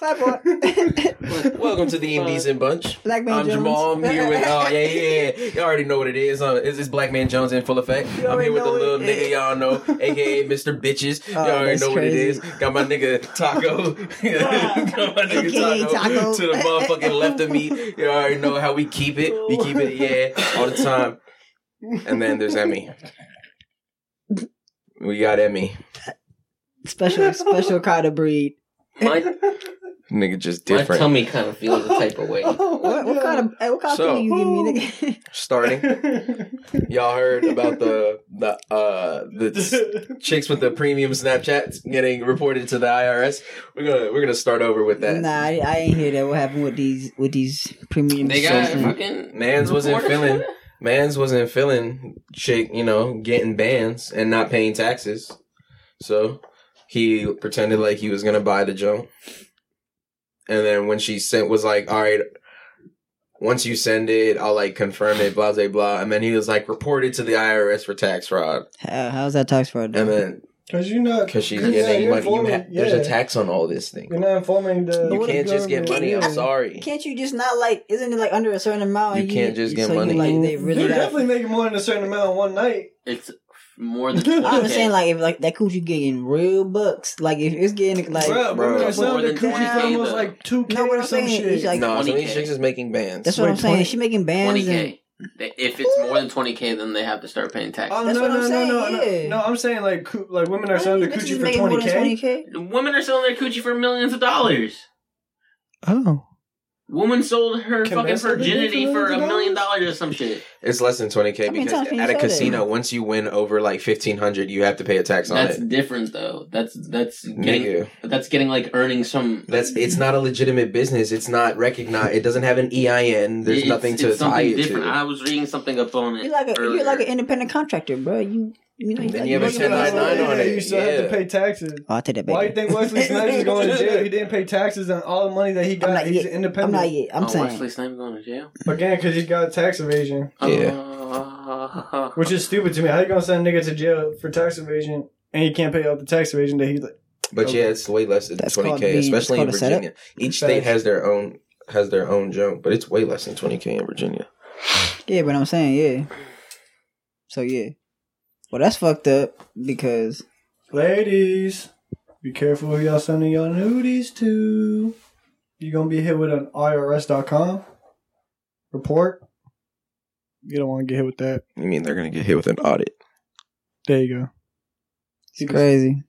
Clapper. Welcome to the Indies and Bunch. Black man I'm Jones. Jamal. I'm here with oh yeah yeah yeah. You already know what it is. Uh, it's, it's Black Man Jones in full effect. You I'm already here with the know little it. nigga y'all know, aka Mr. Bitches. Y'all Oh, already that's know what it is. crazy. Got my nigga Taco. Got my nigga AKA Taco, Taco. to the motherfucking left of me. You already know how we keep it. We keep it yeah all the time. And then there's Emmy. We got Emmy. special, special kind of breed. My, Nigga just my different. tummy kind of feels a type of way. What, what kind of hey, what kind So- of thing you give me? Nigga? Starting. Y'all heard about the the uh the chicks with the premium Snapchats getting reported to the IRS. We're gonna we're gonna start over with that. Nah, I, I ain't hear that. What happened with these with these premium? They got subscriptions. fucking Mans wasn't reported feeling for Mans wasn't feeling chick, you know, getting bans and not paying taxes. So he pretended like he was gonna buy the junk. And then when she sent was like, All right, once you send it, I'll like confirm it, blah blah blah. And then he was like reported to the IRS for tax fraud. How, how's that tax fraud? And then Because you're not. Because she's Yeah, getting you're money. You ha- informing- There's yeah. a tax on all this thing. You're not informing the. But You what if can't just get government- money. I'm Yeah. sorry. Can't you just not like? Isn't it like under a certain amount? You and can't just get so you, money. like they you really. Got, definitely making more than a certain amount in one night. It's more than I'm 12K. just saying like if like that coochie getting real bucks, like if it's getting like Bruh, bro, bro. bro. Some More of the than coochie 20K farm was though. like 2K No, what or I'm some saying is, shit. like- no, so 20K. these chicks is making bands. that's what Wait, I'm saying. 20? She making bands. And, 20k. They- If it's more than 20k, then they have to start paying tax. Oh, That's no, what no, I'm no, saying, no, yeah. no, no. I'm saying like coo- like women are Why selling you their bitches coochie for making more 20K. than 20K? Women are selling their coochie for millions of dollars. Oh. Woman sold her Can fucking men sell their virginity dick for for a millions of million dollars? dollars or some shit. It's less than 20k How many because times can you at a say that? casino, once you win over like 1500, you have to pay a tax on That's it. different though. That's that's getting Nigga, that's getting like earning some. that's it's not a legitimate business. It's not recognized. It doesn't have an EIN. There's it's- nothing to it's something tie it different. to. I was reading something up on it. You like a earlier. you like an independent contractor, bro. You you know you Then like, you have a working for 1099 yourself. on it. You still have Yeah. to pay taxes. Oh, I'll take that back. Why do you think Wesley Snipes is going to jail? He didn't pay taxes on all the money that he I'm got. not He's yet. I'm independent. not yet. I'm oh, saying. Wesley Snipes going to jail. Again, because he got tax evasion, Yeah. which is stupid to me. How you going to send a nigga to jail for tax evasion and he can't pay out the tax evasion that he like? But Okay. yeah, it's way less than That's called 20k, being- it's especially in called a setup. Virginia. Each state Facts. has their own has their own jump, but it's way less than 20k in Virginia. Yeah, but I'm saying, yeah. So yeah. Well, that's fucked up because Ladies, be careful who y'all sending y'all nudies to. you going to be hit with an IRS.com report. You don't want to get hit with that. You mean they're gonna get hit with an audit? There you go. it's crazy.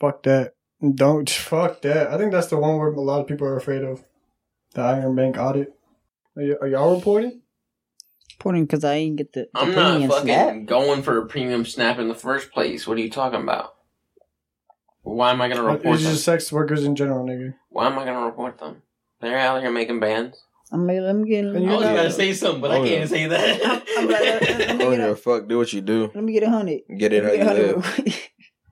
Fuck that. Don't fuck that. I think that's the one where a lot of people are afraid of. The Iron Bank audit. Are, y- are y'all reporting? Important because I didn't get the. the I'm not premium fucking snap. going for a premium snap in the first place. What are you talking about? Why am I going to report It's them? just sex workers in general, nigga. Why am I going to report them? They're out here making bands. I'm like, let me get. Let And me, you I was know- going to say something, but Oh, I yeah. can't say that. I'm like, let, let me Oh get yeah, a, fuck. Do what you do. let me get a hundred. Let Get it me get how a you hundred live. real quick.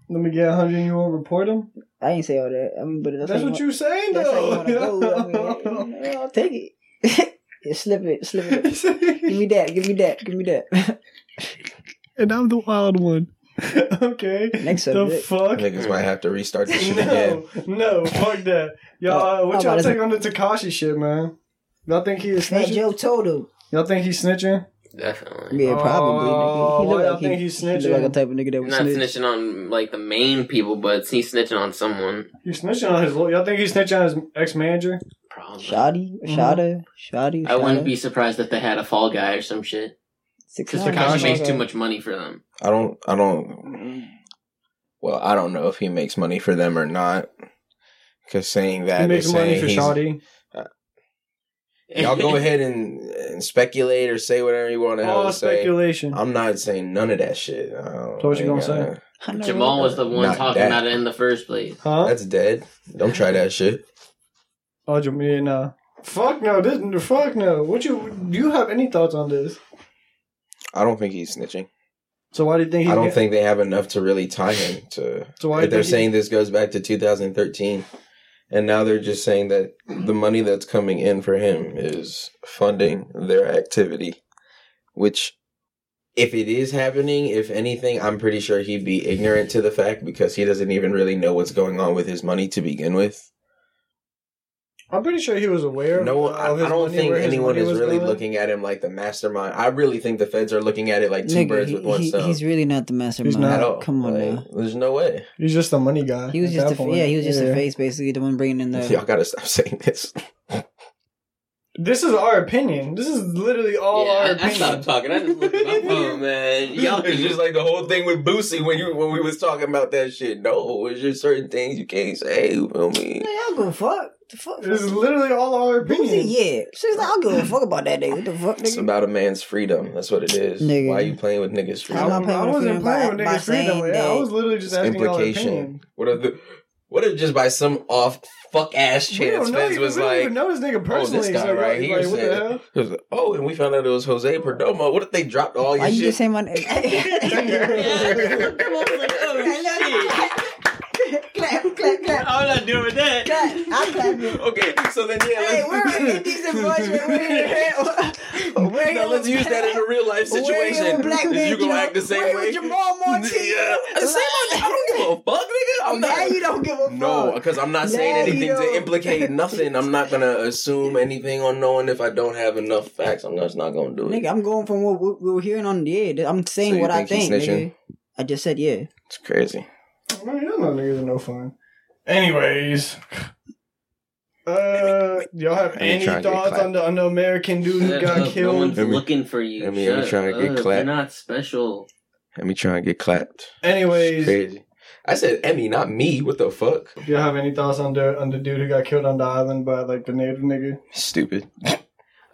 Let me get a hundred and you won't report them? I ain't say all that. I mean, but that's, That's, what you saying, That's how you though. want to go. I mean, yeah, I'll take it. Yeah, slip it, slip it. Give me that. Give me that. Give me that. and I'm the wild one. okay. Next the subject. fuck? Niggas might have to restart this shit again. No, no, fuck that. Y'all, uh, what Oh, y'all but take on the Takashi shit, man? Y'all think he is Fat snitching? Joe told him. Y'all think he's snitching? Definitely. Yeah, probably. Oh, he, he why look y'all like he, think he's he look like a snitching? type of nigga that I'm would not snitch. snitching on like the main people, but he's snitching on someone. He's snitching on his. lo- Y'all think he's snitching on his ex manager? Probably. Shoddy, Mhm. shoddy, shoddy. I wouldn't be surprised if they had a fall guy or some shit. Because Takashi Gosh. makes too much money for them. I don't. I don't. Well, I don't know if he makes money for them or not. Because saying that He makes is money saying for he's- Shawty. Y'all go ahead and, and speculate or say whatever you want to hell All to say. uh, speculation. I'm not saying none of that shit. I don't- So what you gonna ain't say? Jamal was the one Not talking that. about it in the first place. Huh? That's dead. Don't try that shit. Oh, Jamaica, no. Fuck no. This, fuck no. What you? Do you have any thoughts on this? I don't think he's snitching. So why do you think? He's I don't get- think they have enough to really tie him to. So why do you if they're think he- saying this goes back to 2013, and now they're just saying that the money that's coming in for him is funding their activity, which, if it is happening, if anything, I'm pretty sure he'd be ignorant to the fact because he doesn't even really know what's going on with his money to begin with. I'm pretty sure he was aware. No, of I, I his don't money, think where his anyone money is was really going. looking at him like the mastermind. I really think the feds are looking at it like two Nigga, birds he, with one he- stone. he's really not the mastermind. not. at all. Come on Like, now. There's no way. He's just a money guy. He was at just that a, point. yeah, he was just Yeah. a face, basically the one bringing in the. Y'all gotta stop saying this. This is our opinion. This is literally all yeah, our I, I opinion. stopped talking. I just looked at my phone, man. Y'all it's just like the whole thing with Boosie when you when we was talking about that shit. No, it's just certain things you can't say. You feel me? Man, I'll go fuck. The fuck. This is literally all our Boosie, opinion. yeah. She's like, I'll give a fuck about that nigga. What the fuck, It's nigga? about a man's freedom. That's what it is. Nigga. Why you playing with niggas' freedom? I, I'm not was- playing I with freedom by- wasn't playing with by niggas' freedom. saying Like, I that was literally just It's asking y'all implication. opinion. What if the what if just by some off fuck ass we chance don't know. Fez We was don't like even know this nigga Oh, personally. this guy so right like, here what the said- hell? It was like, oh, and we found out it was Jose Perdomo. What if they dropped all your Why you shit? just saying my name? clap, clap, clap. I'm not doing that. Clap. I'm clapping. okay, so then yeah, Hey, we're let's, an indecent voice. We're, we're, we're now let's use that in a real life situation. Black man, you gonna know, act the same where way? Was Jamal Martin? Yeah, same. way. I don't give a fuck, nigga. I'm now not. you don't give a fuck. No, because I'm not saying Now you anything to don't. implicate nothing. I'm not gonna assume anything on knowing if I don't have enough facts. I'm just not gonna do it. Nigga, I'm going from what we, we were hearing on the air. I'm saying So you what I think think, he's snitching? nigga. I just said yeah. It's crazy. Man, y'all know niggas are no fun. Anyways. Uh, y'all have Let me any try and get thoughts clapped. on the on the American dude who Shut up, got No killed? one's Let me- looking for you. let me- let me Shut try and get up. clapped. You're not special. Let me try and get clapped. It's Anyways, crazy. I said Emmy, not me. What the fuck? do y'all have any thoughts on the on the dude who got killed on the island by like the native nigga? Stupid.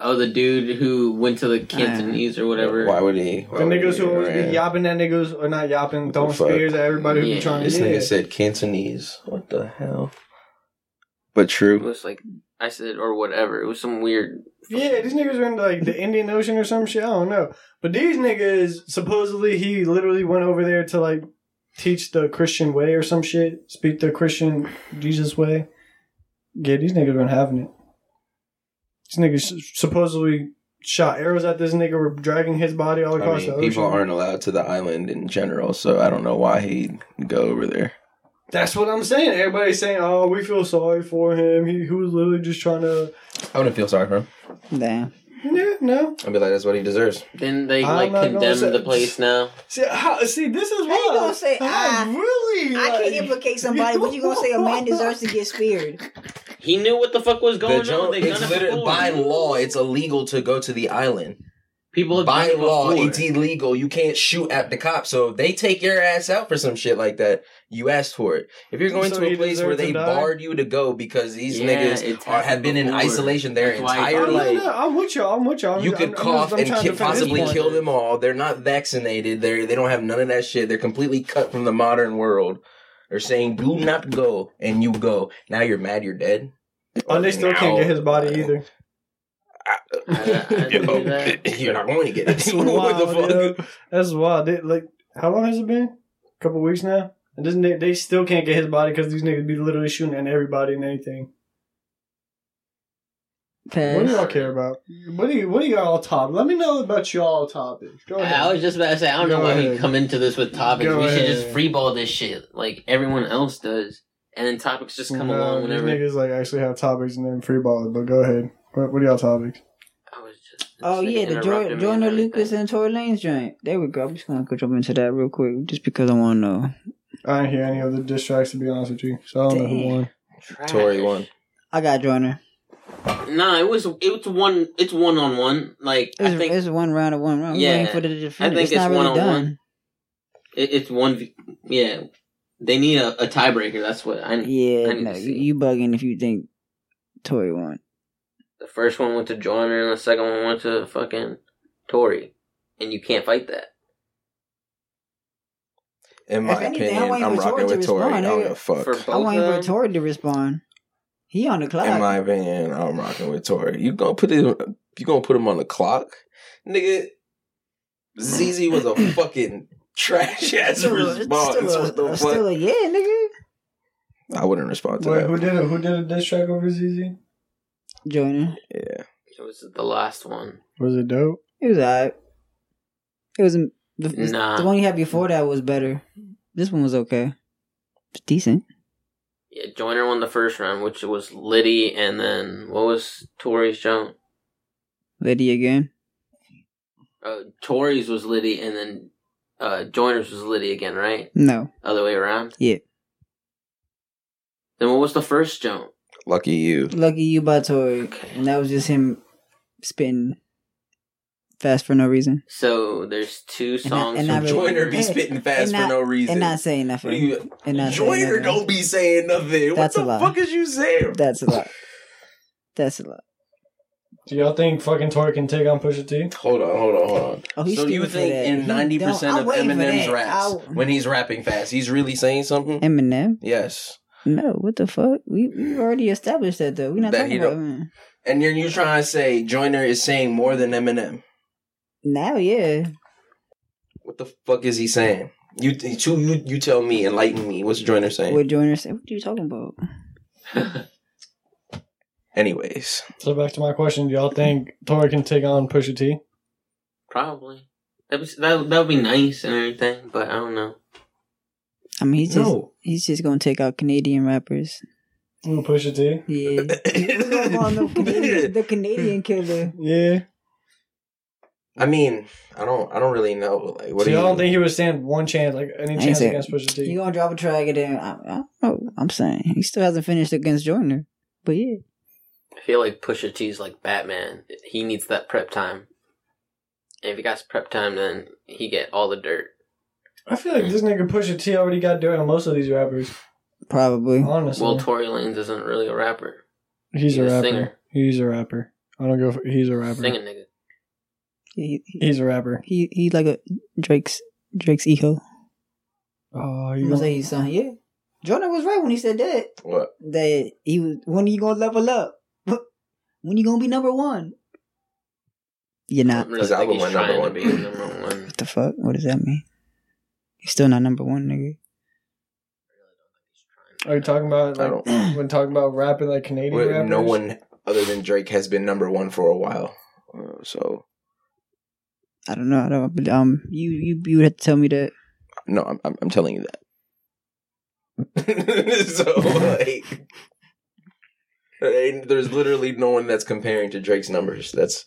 Oh, the dude who went Ah. to the Cantonese or whatever. Why would he? The niggas who always be yapping at niggas or not yapping, What the throwing fuck? spears at everybody who be Yeah. trying to This get nigga said Cantonese. What the hell? But It true. was like I said, or whatever. It was some weird. Yeah, these niggas are in like the Indian Ocean or some shit. I don't know. But these niggas supposedly he literally went over there to like teach the Christian way or some shit, speak the Christian Jesus way. Yeah, these niggas weren't having it. These niggas s- supposedly shot arrows at this nigga, were dragging his body all I across mean, the ocean. people aren't allowed to the island in general, so I don't know why he'd go over there. That's what I'm saying. Everybody's saying, "Oh, we feel sorry for him. He, he was literally just trying to." I wouldn't feel sorry for him. Damn. Yeah, no. I'd be like, that's what he deserves. Then they I'm like not gonna condemn say- the place now. See, how, see, this is why. gonna say, I'm "Ah, really? I like- can't implicate somebody. What you gonna say? A man deserves to get speared. He knew what the fuck was going The jo- on. They it's done it literally- before. by law, it's illegal to go to the island. People have by done it law, before. it's illegal. You can't shoot at the cops. So if they take your ass out for some shit like that, you asked for it. If you're going So to he a place where deserves to they die? barred you to go because these Yeah, niggas it's are, have been in happened before. isolation their That's why I entire I'm, thought- life. no, no, I'm with you. I'm with you. I'm, You I'm- could I'm cough just- I'm and trying to ki- defend his possibly point. kill them all. They're not vaccinated. They they don't have none of that shit. They're completely cut from the modern world. They're saying do not go, and you go. Now you're mad. You're dead. Oh, they still can't Now- get his body either. I- I didn't do that. you're not going to get it. That's what wild, the yo. That's wild. They, like, how long has it been? A couple weeks now. And this, ni- they still can't get his body because these niggas be literally shooting at everybody and anything. What do Pass. y'all care about? What do you? What do y'all top? Let me know about y'all topics. Go ahead. I was just about to say, I don't Go know why we ahead. come into this with topics. Go we should ahead. just freeball this shit like everyone else does, and then topics just come No, along these whenever. niggas like actually have topics and then freeball it. But go ahead. What, what are y'all topics? I was just. Oh this nigga yeah, the interrupted Jordan, me Jordan and Lucas everything. and Tory Lanez joint. There we go. I'm just gonna go jump into that real quick, just because I want to know. I didn't hear any other diss tracks to be honest with you, so I don't know who Damn. won. Trash. Tory won. I got Joyner. Nah, it was it's one it's one on one. Like It's, I think it's one round of one round. I'm Yeah. waiting for the defender. I think it's, not it's really one-on-one. done. It, it's one. v- Yeah, they need a, a tiebreaker. That's what I need. Yeah, I need no, to you, see. you bugging if you think Tory won. The first one went to Joyner, and the second one went to fucking Tory, and you can't fight that. In my If anything, I opinion, want I'm for Tory rocking to with Tory. I respond, don't nigga. give a fuck. For both Oh, I want of for them, Tory to respond. He on the clock. In my opinion, I'm rocking with Tory. You gonna put him? You gonna put him on the clock, nigga? ZZ was a fucking trash ass Mm. still, a- response. still, What a- the still fuck? a yeah, nigga. I wouldn't respond to Wait, that. who did a who did a diss track over ZZ? Joyner. Yeah. it was the last one. Was it dope? It was alright. It was the, the- Nah. the one you had before that was better. This one was okay. It's decent. Yeah, Joyner won the first round, which was Liddy, and then what was Tori's jump? Liddy again. Uh, Tori's was Liddy, and then uh, Joyner's was Liddy again, right? No. Other way around. Yeah. Then what was the first jump? Lucky you. Lucky you by Tori. Okay. And that was just him spitting fast for no reason. So there's two And I- songs. and I from really- Joyner be Hey, spitting fast and for not- no reason. And not saying What are nothing. you, And not saying Joyner nothing. don't be saying nothing. That's a what the lie. fuck is you saying? That's a lot. That's a lot. Do y'all think fucking Tori can take on Pusha T? Hold on, hold on, hold on. Oh, so do you stupid for think that. in He ninety percent don't- of I'm waiting for Eminem's that. raps, I'll- when he's rapppping fast, he's really saying something? Eminem? yes. No, what the fuck? We we already established that though. We're not Mm. That he talking about Eminem. And then you're trying to say Joyner is saying more than Eminem. now. Yeah, What the fuck is he saying? You, you, you- you tell me, enlighten me. What's Joyner saying? what Joyner said. What are you talking about? Anyways, So back to my question, do y'all think Tori can take on Pusha T? Probably. That was that, that would be nice and everything, but I don't know. I mean, he's just no. he's just gonna take out Canadian rappers. Ooh, Pusha T? Yeah, We're gonna call him the Canadian, the Canadian killer. Yeah. I mean, I don't, I don't really know. Like, what so do you? y'all don't think he would stand one chance, like any ain't chance saying- against Pusha T? You gonna drop a track and then I, I don't know. I'm saying he still hasn't finished against Joyner, but yeah, I feel like Pusha T's like Batman. He needs that prep time. And if he got prep time, then he get all the dirt. I feel like this nigga Pusha T already got dirt on most of these rappers. probably. Honestly, Well, Tory Lanez isn't really a rapper. he's a he's a rapper. singer. He's a rapper. I don't go. For, he's a rapper. Singing nigga. He he, He's a rapper. he, he like a Drake's Drake's echo. Oh, I'm you gonna gonna, say he's son. Yeah, Joyner was right when he said that. What? That he was. When are you gonna level up? When you gonna be number one? You're I not. don't really His think album he's went trying number to one. be number one. What the fuck? What does that mean? He's still not number one, nigga. are you talking about I like don't. when talking about rapping like Canadian Well, rappers? no one other than Drake has been number one for a while. Uh, so I don't know. I don't. But, um, you you you would have to tell me that. no, I'm, I'm, I'm telling you that. so like, ain't- there's literally no one that's comparing to Drake's numbers. That's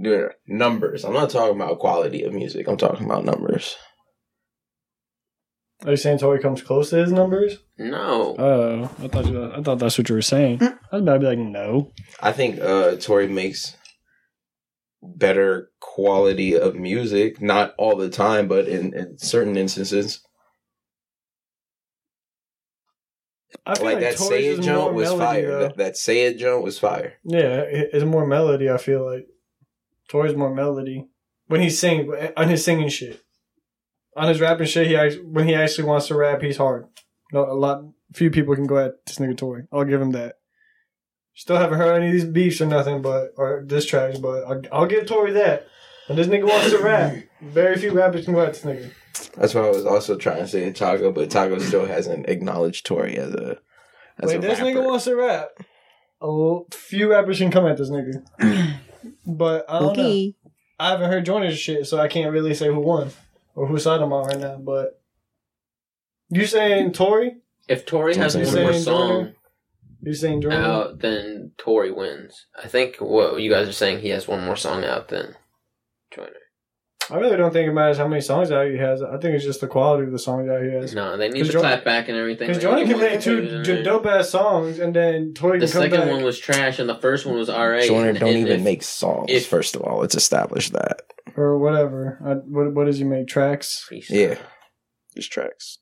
doing numbers. I'm not talking about quality of music. I'm talking about numbers. Are you saying Tory comes close to his numbers? No. Oh, I thought you. I thought that's what you were saying. I was about to be like, no. I think uh Tori makes better quality of music, not all the time, but in, in certain instances. I Like, that say Tory's it is joint more was melody, fire. though. That, that say it joint was fire. Yeah, it- it's more melody. I feel like Tori's more melody when he's singing on his singing shit, on his rapping shit. He actually, when he actually wants to rap, he's hard. Not a lot. Few people can go at this nigga Tori. I'll give him that. Still haven't heard any of these beefs or nothing, but or diss tracks. But I'll, I'll give Tori that. When this nigga wants to rap, very few rappers can go at this nigga. That's what I was also trying to say to Taco, but Taco still hasn't acknowledged Tori as a as Wait, a this rapper. nigga wants to rap. A l- few rappers can come at this nigga. but I don't know. Okay. I haven't heard Joyner's shit, so I can't really say who won or who side I'm on right now. But you saying Tory? If Tory has Something one more saying, song Jordan? You saying Joyner? out, then Tory wins. I think what you guys are saying, he has one more song out then. Joyner. I really don't think it matters how many songs out he has. I think it's just the quality of the songs out he has. No, they need Cause to Jordan- clap back and everything. Because They need Joyner can one make two confusion j- there. dope ass songs, and then Tory The can come second back. one was trash, and the first one was alright. Joyner and- don't and even if- make songs. if- first of all, let's establish that. or whatever. I, what, what does he make tracks? Yeah, just tracks.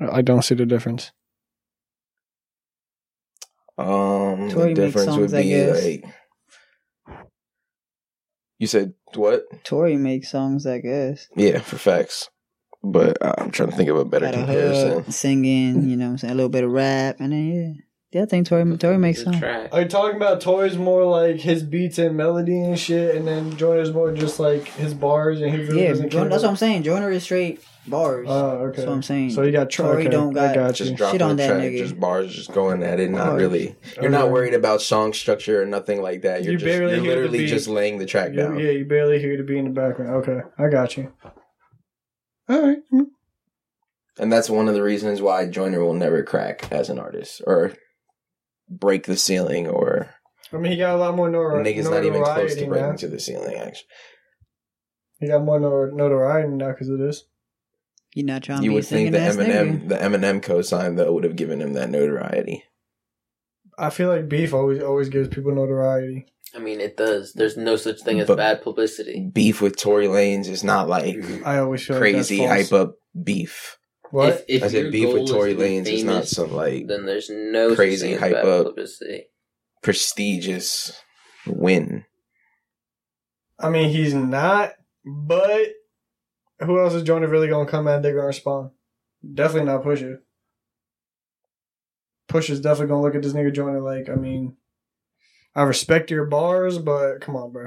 I don't see the difference. Um, Tory the makes difference songs, would I be guess. like you said what? Tory makes songs, I guess. Yeah, for facts. But I'm trying to think of a better Got a comparison. hook, singing. You know, what I'm saying a little bit of rap, and then yeah, yeah. I think Tory Um, Tory makes the songs. track. Are you talking about Tory's more like his beats and melody and shit, and then Joyner's more just like his bars and he really Yeah, doesn't Joyner, care? that's what I'm saying. Joyner is straight bars. Oh, okay. That's what I'm saying. So you got Troy. Tory Okay, don't got- I got you. Just dropping Shit on a that track, nigga. Oh, just bars, just going at it. Not Bars. really. You're not Okay. worried about song structure or nothing like that. You're You just barely you're hear the literally beat. just laying the track You- down. yeah, you barely hear to be in the background. Okay, I got you. All right. And that's one of the reasons why Joyner will never crack as an artist or break the ceiling or I mean, he got a lot more nor- niggas not even close to notoriety breaking now. to the ceiling actually. He got more nor- notoriety now because of this. You're not trying to You be a would think singing the ass Eminem nigga. the Eminem cosign though would have given him that notoriety. I feel like beef always always gives people notoriety. I mean, it does. There's no such thing as But- bad publicity. Beef with Tory Lanez is not like I always feel crazy like that's hype false. up beef. What? If, if I said your beef goal with is Tory to be Lanes is not famous, some like Then there's no such crazy thing as hype bad up. publicity. prestigious win. I mean, he's not, but who else is Jonah really going to come at? They're going to respond. Definitely not Pusha. Pusha's definitely going to look at this nigga Jonah like, I mean, I respect your bars, but come on, bro.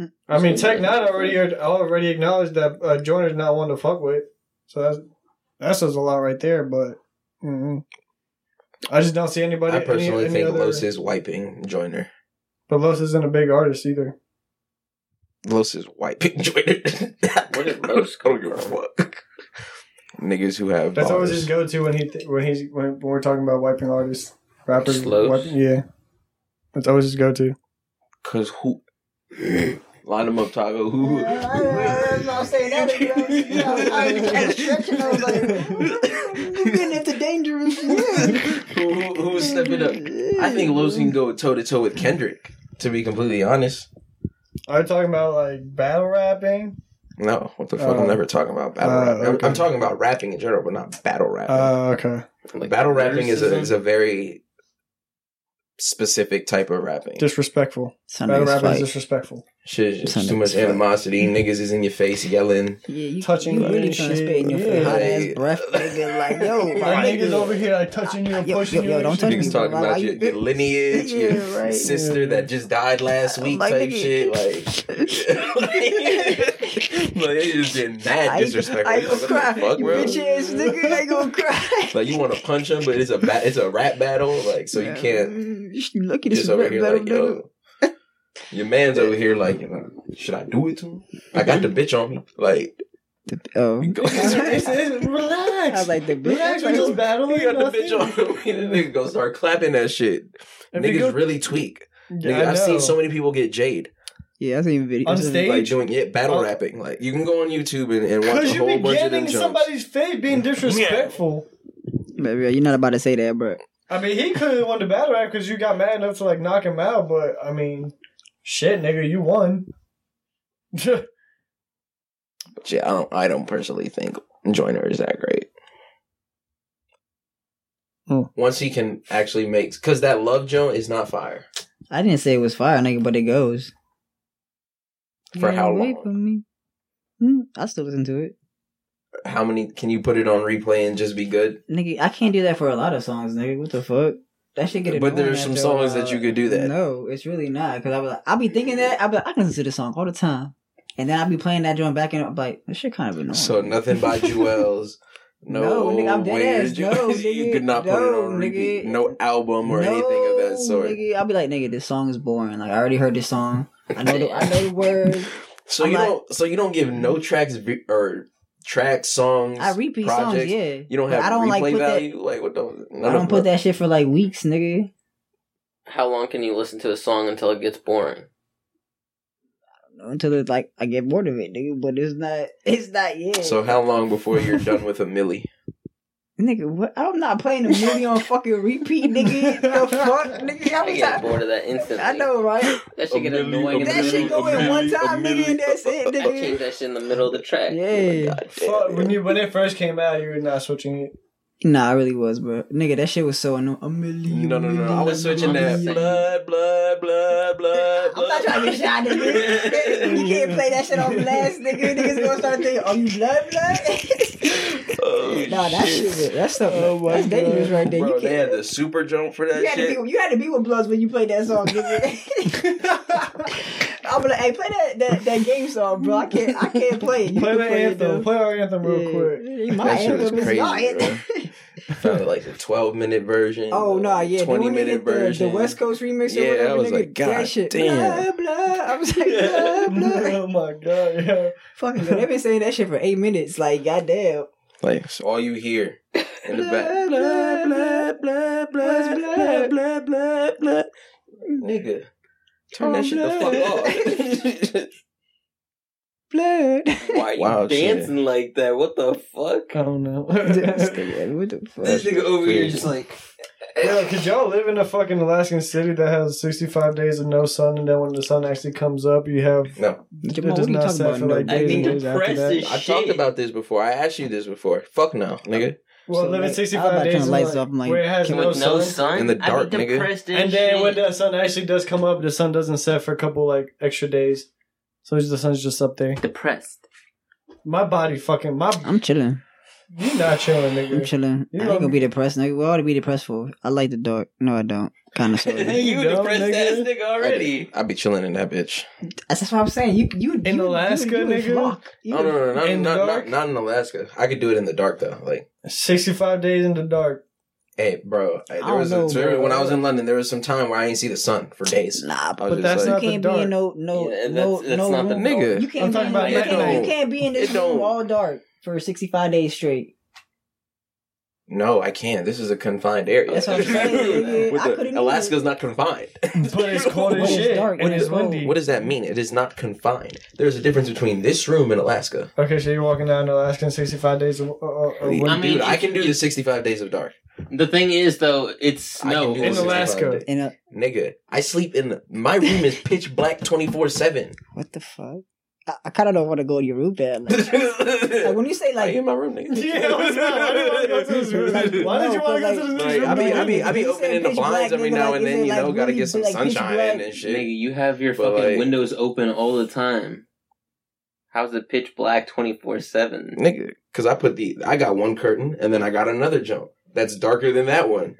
Mm. I mean, Tech Nine already already acknowledged that uh, Joyner's not one to fuck with, so that's, that says a lot right there. But mm I just don't see anybody. I personally any, any think other, Los is wiping Joyner. but Los isn't a big artist either. Los is wiping Joyner. Where did Los Oh, come you from? fuck. Niggas who have That's always bars. his go-to when he th- when he's when, when we're talking about wiping artists, rappers. Slows. wiping- yeah, that's always his go-to. Cause who? Line them up, Taco. Who? You've been at the dangerous. who, who who's stepping up? I think Los can go toe to toe with Kendrick. To be completely honest, Are you talking about like battle rapping? no. What the fuck? Uh, I'm never talking about battle uh, rap. I'm, okay. I'm talking about rapping in general, but not battle rapping. Uh, okay. Like, battle rapping is a lyricism? is a very specific type of rapping. Disrespectful. Some Battle niggas rapping is fight. disrespectful. Shit, it's Some just too niggas much fight. animosity. Niggas is in your face yelling. Yeah, you, Touching you you really and trying to shit, spit in your yeah. hot ass Like- breath, nigga. Like, yo, My my niggas nigga. over here like touching you and Yo, pushing yo, you. yo, and don't shit. touch me. Niggas talking like, about why your, you- your lineage, Yeah, your right. sister that just died last week Like, type nigga. shit. Like, like they just getting mad I ain't- disrespectful. I ain't gonna Like, what cry. the fuck, you bro? bitch ass nigga I ain't gonna cry. Like you want to punch him, but it's a ba- it's a rap battle. Like so you can't You lucky this just is over rap here battle, like nigga. yo. Your man's over here like, you know, should I do it to him? I got the bitch on me. Like, Oh. go. It's, it's, it's, I relax. was like the relax. bitch. We're just Like, battling. He got the nothing. bitch on him. The nigga gonna start clapping that shit. If you Niggas go- really tweak. Yeah, Nigga, I I've know. seen so many people get jade. yeah, I seen a video. On I seen- stage? Like doing yeah, battle Oh. rapping. Like you can go on YouTube and, and watch Because a you whole be bunch of them getting jumps. somebody's face being disrespectful. Baby, you're not about to say that, bro. I mean, he could have won the battle rap because you got mad enough to like knock him out. But I mean, shit, nigga, you won. But yeah, I don't I don't personally think Joyner is that great. Hmm. Once he can actually make because that love joint is not fire. I didn't say it was fire, nigga, but it goes. For Yeah, how wait long? for me. Hmm, I still listen to it, How many can you put it on replay and just be good? nigga. I can't do that for a lot of songs, nigga. What the fuck? That shit get. But annoying there's some after a songs that while. you could do that. No, it's really not. Cause I was, I be thinking that I be, I can listen to this song all the time, and then I be playing that joint back and I'm like, this shit kind of annoying. So nothing by Jewels. No, No, nigga, I'm dead Wayne's ass. Jewels. No, you nigga. could not put No, it on repeat. nigga. No album or anything of that sort. Nigga, I'll be like, nigga, this song is boring. Like I already heard this song. I know the I know the words. So I'm you like- don't. So you don't give no tracks v- or tracks songs. I repeat songs, projects. yeah. You don't But have I don't replay like put value. like what the? that. I don't put that shit for like weeks, nigga. How long can you listen to a song until it gets boring? Until it's like I get bored of it, nigga. But it's not. It's not yet. So how long before you're done with a millie? Nigga, what? I'm not playing a movie on fucking repeat, nigga. The fuck, nigga. How I many get times? bored of that instantly. I know, right? That should get A million, annoying. in a the That middle. shit go in one time, nigga, and that's it, I change nigga. that shit in the middle of the track. Oh Yeah. God damn Fuck, it. when you when it first came out, you were not switching it. Nah, I really was, bro. Nigga, that shit was so annoying. A million. No, no, no. I was switching that. Blood, blood, blood, blood. I'm not trying to get shot, nigga. You can't play that shit on blast, nigga. Niggas gonna start thinking, "Are you blood, blood?" Oh, nah, that shit, was- that's something. Oh my that's dangerous God. right there. Bro, you they can't. had the super jump for that You had, to shit. be, you had to be with Bloods when you played that song, nigga. I'm like, hey, play that, that that game song, bro. I can't I can't play it. You Play can the it, anthem. though. Play our anthem real Yeah. quick. My That shit was anthem is y'all crazy, anthem. I found like the 12 minute version. Oh the no, yeah, then 20 when they minute did the, version. the West Coast remix or Yeah, I whatever. was nigga, like, God that shit, damn. Blah, blah. I was like, blah, blah. oh my god, yeah. Fucking, they've been saying that shit for eight minutes. Like, goddamn. Like it's all you hear in the back. Blah, blah, blah What's blah? blah blah blah. Nigga, turn Oh, that shit the fuck off. Blood. Why are you Wow, shit. dancing like that? What the I fuck? don't know. This nigga, what the This fuck? nigga over here Dude. just like. Yo, could y'all live in a fucking Alaskan city that has 65 days of no sun, and then when the sun actually comes up, you have No, it what does are you not talking set about? for like No. I days and think days after depressed that. as I Shit. talked about this before. I asked you this before. Fuck no, nigga. Well, So, living like, 65 I was about to days turn is the lights like, off, I'm like, where it has can no With no sun. sun? In the dark, I'd be nigga. depressed as And then shit. when the sun actually does come up, the sun doesn't set for a couple like extra days. So it's- the sun's just up there. Depressed. My body fucking my I'm chilling. you not chilling, I'm nigga. chilling. You I don't- ain't gonna be depressed. Nigga, what ought to be depressed for? I like the dark. No, I don't. Kind of sort of. you you a dumb depressed ass nigga. nigga already. I'd be chilling in that bitch. That's what I'm saying. You, you In you, Alaska, you, you would nigga? Flock. You No, no, would- no, not, In the not, dark? not, not in Alaska. I could do it in the dark though. Like, Sixty five days in the dark. hey, bro, hey, I there was a, don't know, there- bro. when I was in London, there was some time where I ain't see the sun for days. Nah, I was But just that's like, not you the can't be dark. in no no Yeah, no that's- that's no not the room. nigga. You I'm can't be talking in, about you, night can't, though. you can't be in It this don't- room all dark for 65 days straight. No, I can't. This is a confined area. That's what I'm saying, nigga. With I the- couldn't even- Alaska's not confined. But it's cold When as it's shit. dark, and when it's it's cold. windy. What does that mean? It is not confined. There's a difference between this room and Alaska. Okay, so you're walking down Alaska in sixty five days of uh, uh, uh, Dude, I windy. mean, I if can you do the 65 days of dark. The thing is, though, it's I can snow. do In the 65 Alaska. days. And uh, Nigga, I sleep in the, my room is pitch black 24 7. what the fuck? I, I kind of don't want to go to your room bed. Like, like, when you say Like like in my room, nigga. Yeah, what's up? Why do you wanna go to this room? Like, Why did you wanna go to this Like, I be, I be, I be You said opening the pitch blinds black, every nigga, now like, and then, is it you know, like gotta really get some like pitch sunshine black? in and shit. Nigga, you have your But, fucking like- windows open all the time. How's it pitch black twenty four seven? Nigga, because I put the, I got one curtain and then I got another jump that's darker than that one.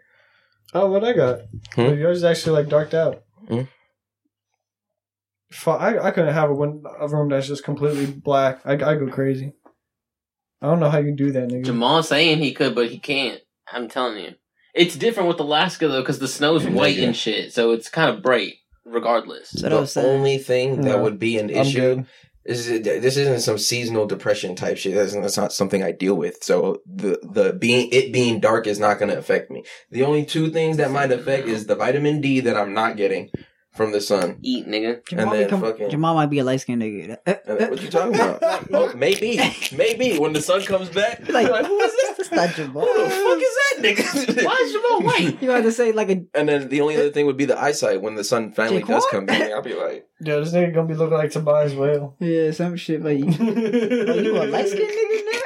Oh, what I got? Hmm? Yours is actually like darked out. Hmm? Fu- I I couldn't have a, win- a room that's just completely black. I I go crazy. I don't know how you do that, nigga. Jamal's saying he could, but he can't. I'm telling you, it's different with Alaska though, because the snow's white Yeah. and shit, so it's kind of bright regardless. So The that was sad. only thing that No, would be an I'm issue good. This is this isn't some seasonal depression type shit. That's, that's not something I deal with. So the the being it being dark is not going to affect me. The only two things that might affect is the vitamin D that I'm not getting from the sun. Eat, nigga. Jamal and then become- fucking Jamal might be a light skinned nigga. and then- Uh, what you talking about? Oh, maybe, maybe when the sun comes back, you're like, Like- who is that? That's not Jamal. Who the fuck is that nigga? Why is Jamal white? You have to say like a And then the only other thing would be the eyesight. When the sun finally does Jaquan? come back, I'll be like, Yeah, this nigga gonna be looking like Tobias Whale. yeah some shit like. you- Oh, you a light skinned nigga now?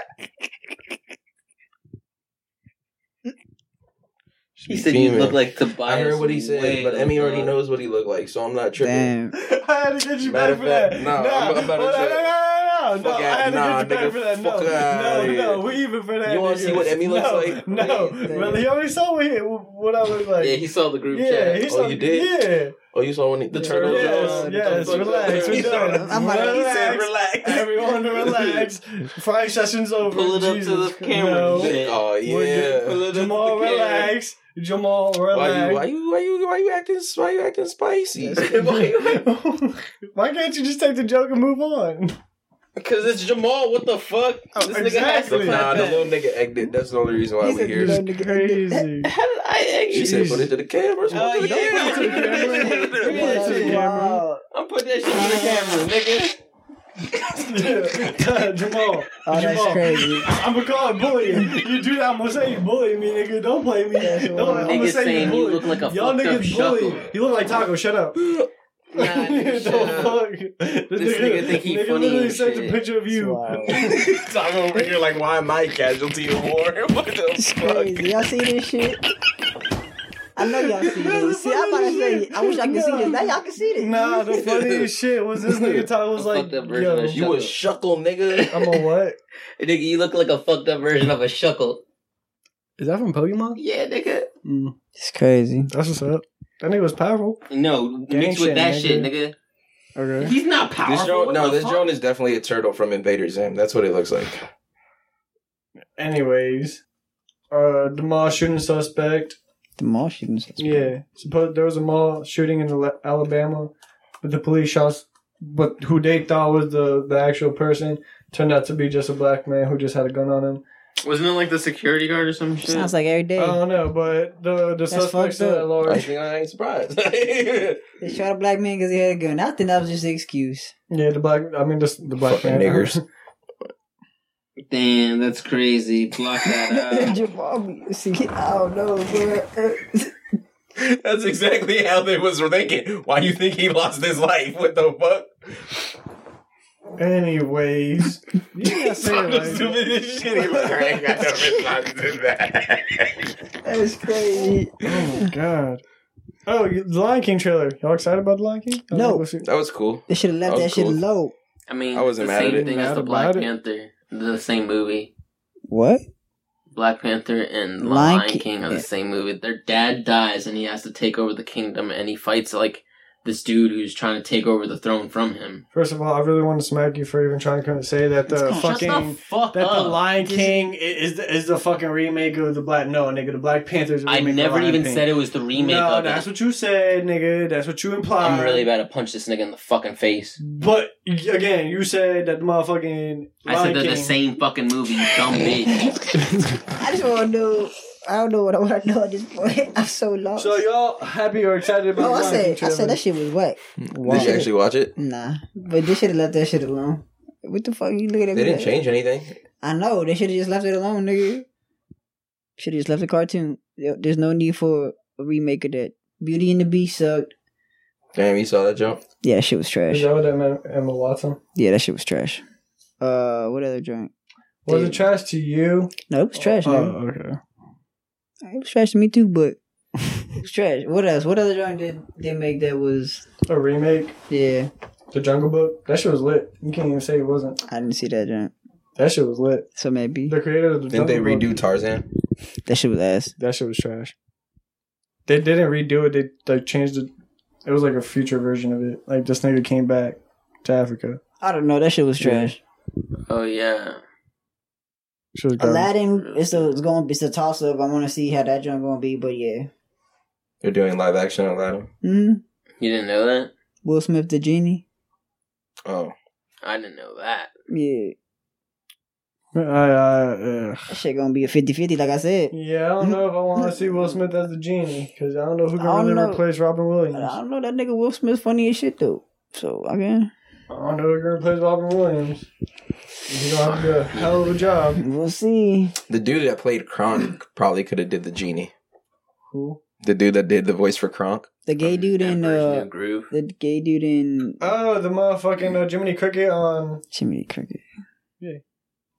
He said you look like Tobias. I heard what he said, Whale, but Emmy already dog. knows what he looked like, so I'm not tripping. Damn. I had to get you Matter back of for fact, that. no, I'm- I'm about to no, no, check. no, no, no, no, Fuck I had to out, get you nah, back nigga, for that. No, fuck outta no, no, here. we even for that. You wanna nigga. see what Emmy looks no, like? No, Damn. well, he already saw what, he, what I look like. Yeah, he saw the group yeah, chat. he Oh, saw, you did? Yeah. Oh, you saw when he, the Yeah. turtle Yes, Jones? yes, The fuck- relax, we're He saw- done. I'm like, he said Relax. relax. Everyone relax. Friday session's over. Pull it up to Jesus the Christ. camera. No. Shit. Oh yeah. Jamal, relax. Jamal, Why you, why relax. you why you why you acting why you acting spicy? Why can't you just take the joke and move on? Because it's Jamal. What the fuck? Oh, this nigga has to exactly. nah, clap the back. little nigga acted. That's the only reason why He we said, here. "No, It's nigga, crazy. How did I She actually? said, "Put it to the camera." Oh, Don't yeah. put it to the camera. Put it to the camera. Wow. I'm putting that shit on the camera, nigga. Yeah. Jamal. Oh, that's Jamal. crazy. I'm gonna call it bullying. You do that, I'm gonna say you bully me, nigga. Don't play me. That's Don't, wild. I'm gonna Niggas say saying you you bully. look like a Y'all fucked up niggas bully. shuckle. You look like Taco. Shut up. Nah, nigga, The shut up. fuck? This, nigga think he funny literally and sent a shit. picture of you. Wow. I'm over here like, why am I casualty of war? What It's crazy. Y'all see this shit? I know y'all see this. See, I'm about to say, I wish I could see this. Now y'all can see this. Nah, the funniest shit was this nigga Taco was A like, fucked up version yo, of You a shuckle, nigga. I'm a what? Nigga, you look like a fucked up version of a shuckle. Is that from Pokemon? Yeah, nigga. Mm, It's crazy. that's what's up. That nigga was powerful. No, Gang mixed with shit, that nigga. shit, nigga. Okay. He's not powerful. This drone, What no, the this fuck? drone is definitely a turtle from Invader Zim. That's what it looks like. Anyways, uh, the mall shooting suspect. The mall shootings. Yeah, suppose there was a mall shooting in Ala- Alabama, but the police shot, but who they thought was the the actual person turned out to be just a black man who just had a gun on him. Wasn't it like the security guard or some shit? Sounds like every day. I Um, don't know, but the the suspect fucked said up. I large. think I ain't surprised. they shot a black man because he had a gun. I think that was just an excuse. Yeah, the black. I mean, the, the black Fucking man. niggers. Damn, that's crazy. Block that out. Jamal, see, I don't know, uh, bro. That's exactly how they was thinking. Why you think he lost his life? What the fuck? Anyways, you gotta say Fuck the it like, stupidest shit. He was like, I ain't got no response to that. That's crazy. Oh my god. Oh, you- the Lion King trailer. Y'all excited about the Lion King? I No. think we'll see- That was cool. They should have left That that, was shit cool. low. I mean, I wasn't the mad at same it. thing Mad as the about Black it? Panther. The same movie. What? Black Panther and Lion Lion, Ki- King, are the same movie. Their dad dies and he has to take over the kingdom and he fights like this dude who's trying to take over the throne from him. First of all, I really want to smack you for even trying to say that the It's fucking Shut the fuck that the up. Lion King i- is the, is the fucking remake of the Black. No, nigga, the Black Panther's. I never even said it was the remake No, of that's it. what you said, nigga. That's what you implied. I'm really about to punch this nigga in the fucking face. But y- again, you said that the motherfucking I said Lion they're King. the same fucking movie, you dumb bitch. I just want to know. I don't know what I want to know at this point. I'm so lost. So y'all happy or excited about oh, the I Lion King said, I trailer? said that shit was whack. Did you actually watch it? Nah, but they should have left that shit alone. What the fuck you looking at? They me didn't like? change anything. I know they should have just left it alone, nigga. Should have just left the cartoon. There- There's no need for a remake of that. Beauty and the Beast sucked. Damn, you saw that jump? Yeah, that shit was trash. Is that what that meant, Emma Watson? Yeah, that shit was trash. Uh, what other joint? Was it Dude. trash to you? No, it was trash. Uh, Oh, nigga. okay. It was trash to me too, but it was trash. What else? What other joint did they make that was? A remake, Yeah, The Jungle Book. That shit was lit. You can't even say it wasn't. I didn't see that joint. That shit was lit. So maybe The creator of the Didn't they Jungle Book- redo Tarzan? that shit was ass. That shit was trash. They didn't redo it. They like changed it. It was like a future version of it. Like this nigga came back to Africa. I don't know. That shit was trash. Oh yeah. Shit was garbage. Aladdin, it's a, it's going it's a toss up. I want to see how that joint gonna be, but yeah. They're doing live action Aladdin. hmm You didn't know that? Will Smith the genie. Oh, I didn't know that. Yeah, I, I, uh, that shit gonna be a 50-50, like I said. yeah, I don't know if I want to see Will Smith as the genie because I don't know who I don't can really know. replace Robin I Williams. I don't know that nigga Will Smith funny as shit though. So again, don't know who can replace Robin Williams. He's gonna have to do a hell of a job. we'll see. the dude that played Kronk probably could have did the genie. Who? The dude that did the voice for Kronk. The gay dude in Emperor's uh, New Groove. the gay dude in Oh, the motherfucking uh, Jiminy Cricket on Jiminy Cricket.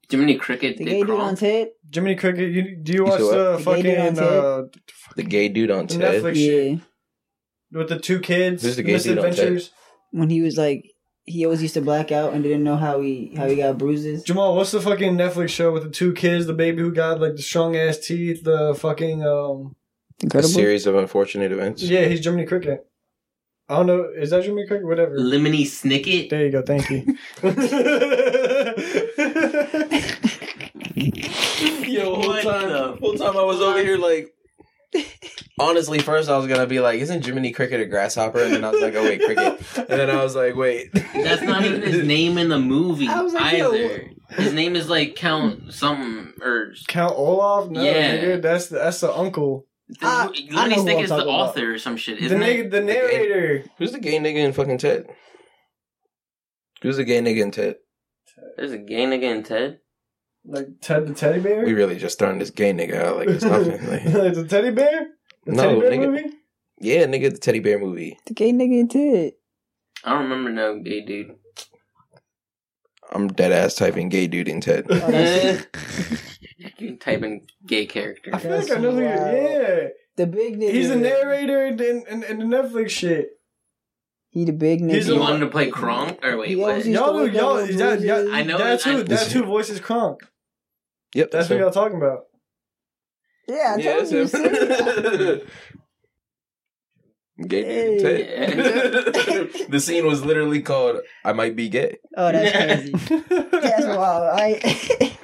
Jiminy Cricket The did gay dude Kronk? on Ted. Jiminy Cricket. You, do you watch said The the what? gay dude on fucking uh, The gay dude on The Ted. Netflix- Like shit. Yeah, with the two kids? Who's the gay dude on Ted? Misadventures? when he was like, he always used to black out and didn't know how he how he got bruises. Jamal, what's the fucking Netflix show with the two kids, the baby who got like the strong ass teeth, the fucking um A Incredible. series of unfortunate events. Yeah, he's Jiminy Cricket. I don't know, is that Jiminy Cricket? Whatever. Lemony Snicket? There you go, thank you. Yo, whole What time, the whole time I was over here like. Honestly, first I was gonna be like, "Isn't Jiminy Cricket a grasshopper?" And then I was like, "Oh wait, cricket." And then I was like, "Wait, That's not even his name in the movie I was like, yo, either. His name is like Count something or Count Olaf? No, Yeah. nigga, that's the that's the uncle. I- I know Lemony who I'm Snicket's the talking about. author or some shit, the isn't nigga it? the narrator. Who's the gay nigga in fucking Ted? Who's the gay nigga in Ted? There's a gay nigga in Ted. Like Ted the teddy bear? We really just throwing this gay nigga out like it's nothing. Like, Like, the teddy bear? The no, teddy bear nigga. movie? Yeah, nigga, the teddy bear movie. The gay nigga in Ted. I don't remember no gay dude. I'm dead ass typing gay dude in Ted. Oh, that's- Eh. you can type in gay character. I feel like I know who you Wow. Yeah. the big nigga. He's the narrator in, in, in the Netflix shit. He the big nigga. He's You the wanted to play Kronk or wait He what? always used Y'all to know, work y'all, out with y'all, y'all, bruises. I know that's it- who, I- that's who voices Kronk. yep, That's what him. y'all talking about. Yeah, I told you. that's him. see? gay dude in Hey. Ted. the scene was literally called "I Might Be Gay." Oh, that's crazy. that's wild. I,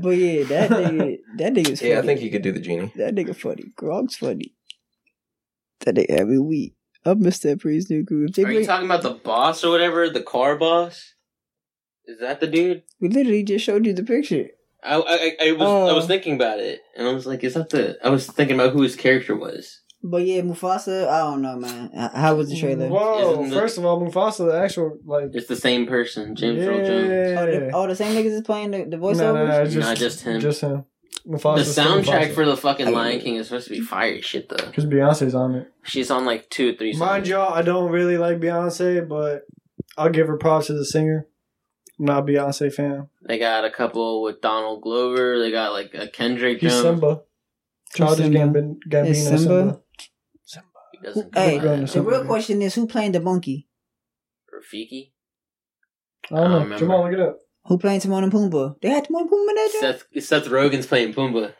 but yeah, that nigga, that nigga's funny. Yeah, I think he could do the genie. that nigga funny. Gronk's funny. That nigga every week. I miss that Praise New Groove. They Are you bring, talking about the boss or whatever? The car boss? Is that the dude? we literally just showed you the picture. I, I, I was I Oh. was thinking about it, and I was like, "Is that the?" I was thinking about who his character was. But yeah, Mufasa. I don't know, man. H- How was the trailer? Whoa! Isn't the- First of all, Mufasa, the actual like. It's the same person, James yeah. Earl Jones. Oh, the, oh, the same niggas is playing the, the voiceovers. No, no, no, Just, Not just him. Just him. the Mufasa. soundtrack for the fucking I- Lion King is supposed to be fire as shit though. Because Beyonce's on it. She's on like two or three. Songs. Mind y'all, I don't really like Beyonce, but I'll give her props as a singer. I'm not a Beyonce fan. They got a couple with Donald Glover. They got like um, a Kendrick He's Jones. Simba. Childish Simba? Gambin, Gambino Is Simba? Simba. He doesn't Hey, come the out. the real question is who playing the monkey? Rafiki. I don't I know. remember. Jamal, look it up. Who playing Timon and Pumbaa? They had Timon and Pumbaa in that joint? Seth Seth Rogen's playing Pumbaa.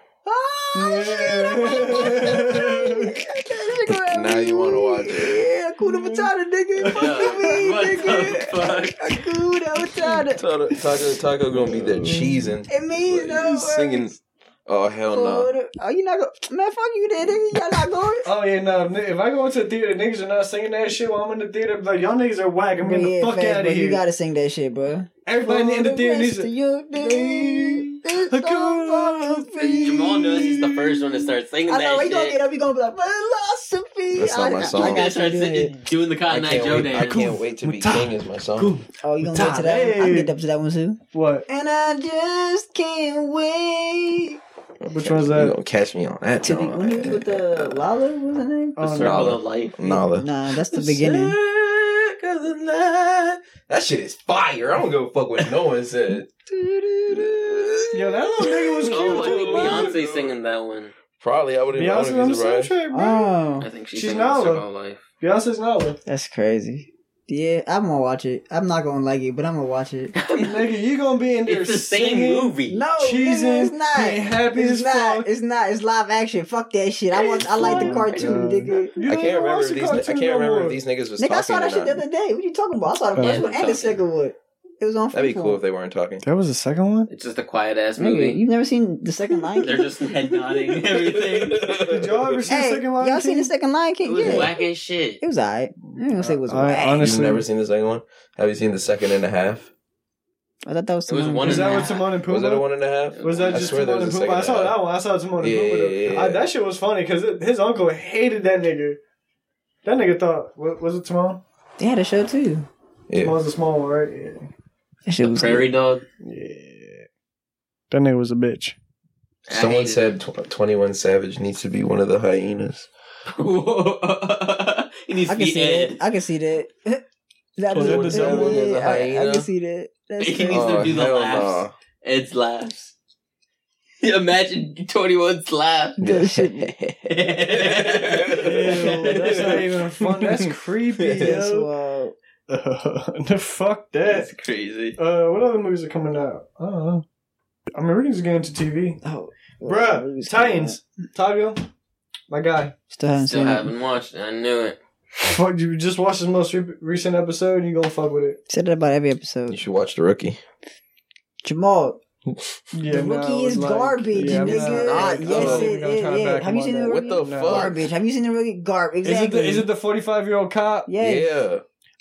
Now you wanna watch it. Yeah, Akuna Matata, nigga. Fuck me, nigga. What the fuck? Akuna Matata. Taco, Taco, Taco gonna be there cheesing. It means no He's singing. words. Oh hell no! Oh, you not go- Man, fuck you, then, nigga. Y'all not going. Oh yeah, no. n- If I go into the theater, niggas are not singing that shit while I'm in the theater. Like y'all niggas are whack. I'm getting Yeah, the fuck facts, out bro. of here. You gotta sing that shit, bro. Everybody in the theater needs to. Philosophy. Jamal knows he's the first one to start singing I know that we gonna get shit. up. We gonna be like philosophy. That's not I- my I- song. I He's gonna got you start singing, dude. doing the Oh, I Cotton Eye Joe can't, wait, I dance. can't wait to be king is my song. Oh, you gonna get to that? One? I can get up to that one too. What? And I just can't wait Which one's that? You gonna catch me on that? to be song. when it was with the Lala. What was her name? The Oh, no. circle no. of life. Nala. Nah, that's the beginning. Sick of the night. That shit is fire. I don't give a fuck what no one said. Yo, that little nigga was cute. Oh, I too, think bro. Beyonce singing that one. Probably I would have Beyonce's on the soundtrack, bro. Oh, I think she's She's singing the Nala. circle of life. Beyonce's Nala. that's crazy. Yeah, I'm gonna watch it. I'm not gonna like it, but I'm gonna watch it. Nigga, you gonna be in there It's the same singing. movie. No, nigga, Cheesing, it's not. being happy it's as not. fuck. It's not. It's live action. Fuck that shit. I want. I like the Oh, cartoon, God. nigga. You I don't even can't remember watch if the these I cartoon can't no remember more. if these niggas was Nigga, I talking saw that or shit the not. other day. What you talking about? I saw the Yeah, first one they were and the talking. second one. It was on. That'd be Freeform. cool if they weren't talking. That was the second one. It's just a quiet ass Nigga, movie. you've never seen the second Lion They're King? just head nodding and everything. Did y'all ever see hey, the second Lion y'all King? seen the second Lion It King? was Yeah, whack as shit. it was alright. I didn't say it was I whack. honestly- You've never seen the second one? Have you seen the second and a half? I thought that was. It was Timon one and Is that Pumbaa. what Timon and Pumbaa? Was it a one and a half? Was that I just swear Timon and there's a Pumbaa? I second saw half. that one. I saw Timon and Yeah, Pumbaa. though. yeah, yeah, I, yeah. that shit was funny because his uncle hated that nigga. That nigga thought wa- was it Timon? They had a show too. Yeah. Timon's a small one, right? Yeah. That shit was. Prairie Dog. yeah. That nigga was a bitch. I Someone hated said tw- 21 Savage needs to be one of the hyenas. it. He needs I to can be see Ed. that. I can see that. That Was it the yeah, dumb one with the I- I, hyena? can see that. That's He crazy. needs to do the Oh, hell laughs. Ed's laughs. Imagine 21's laugh. no. That shit. Ew, that's not even fun. That's creepy, That's yo. wild. the fuck that. That's crazy. Uh, what other movies are coming out? I don't know. I mean, we can just get into TV. Oh, Bruh, movies Titans. Tago, my guy. Still haven't Still seen it. haven't watched it. I knew it. Fuck, you just watched his most re- recent episode and you gonna fuck with it. Said it about every You episode. should watch The Rookie. Jamal, Yeah, The Rookie I was is garbage, I'm nigga. not- Yes, I'm it not even gonna is. try Yeah. back Have you him seen on the that. What the No. fuck? garbage. Have you seen the really garb? Exactly. Is it the, is it the 45 year old cop? Yes. Yeah.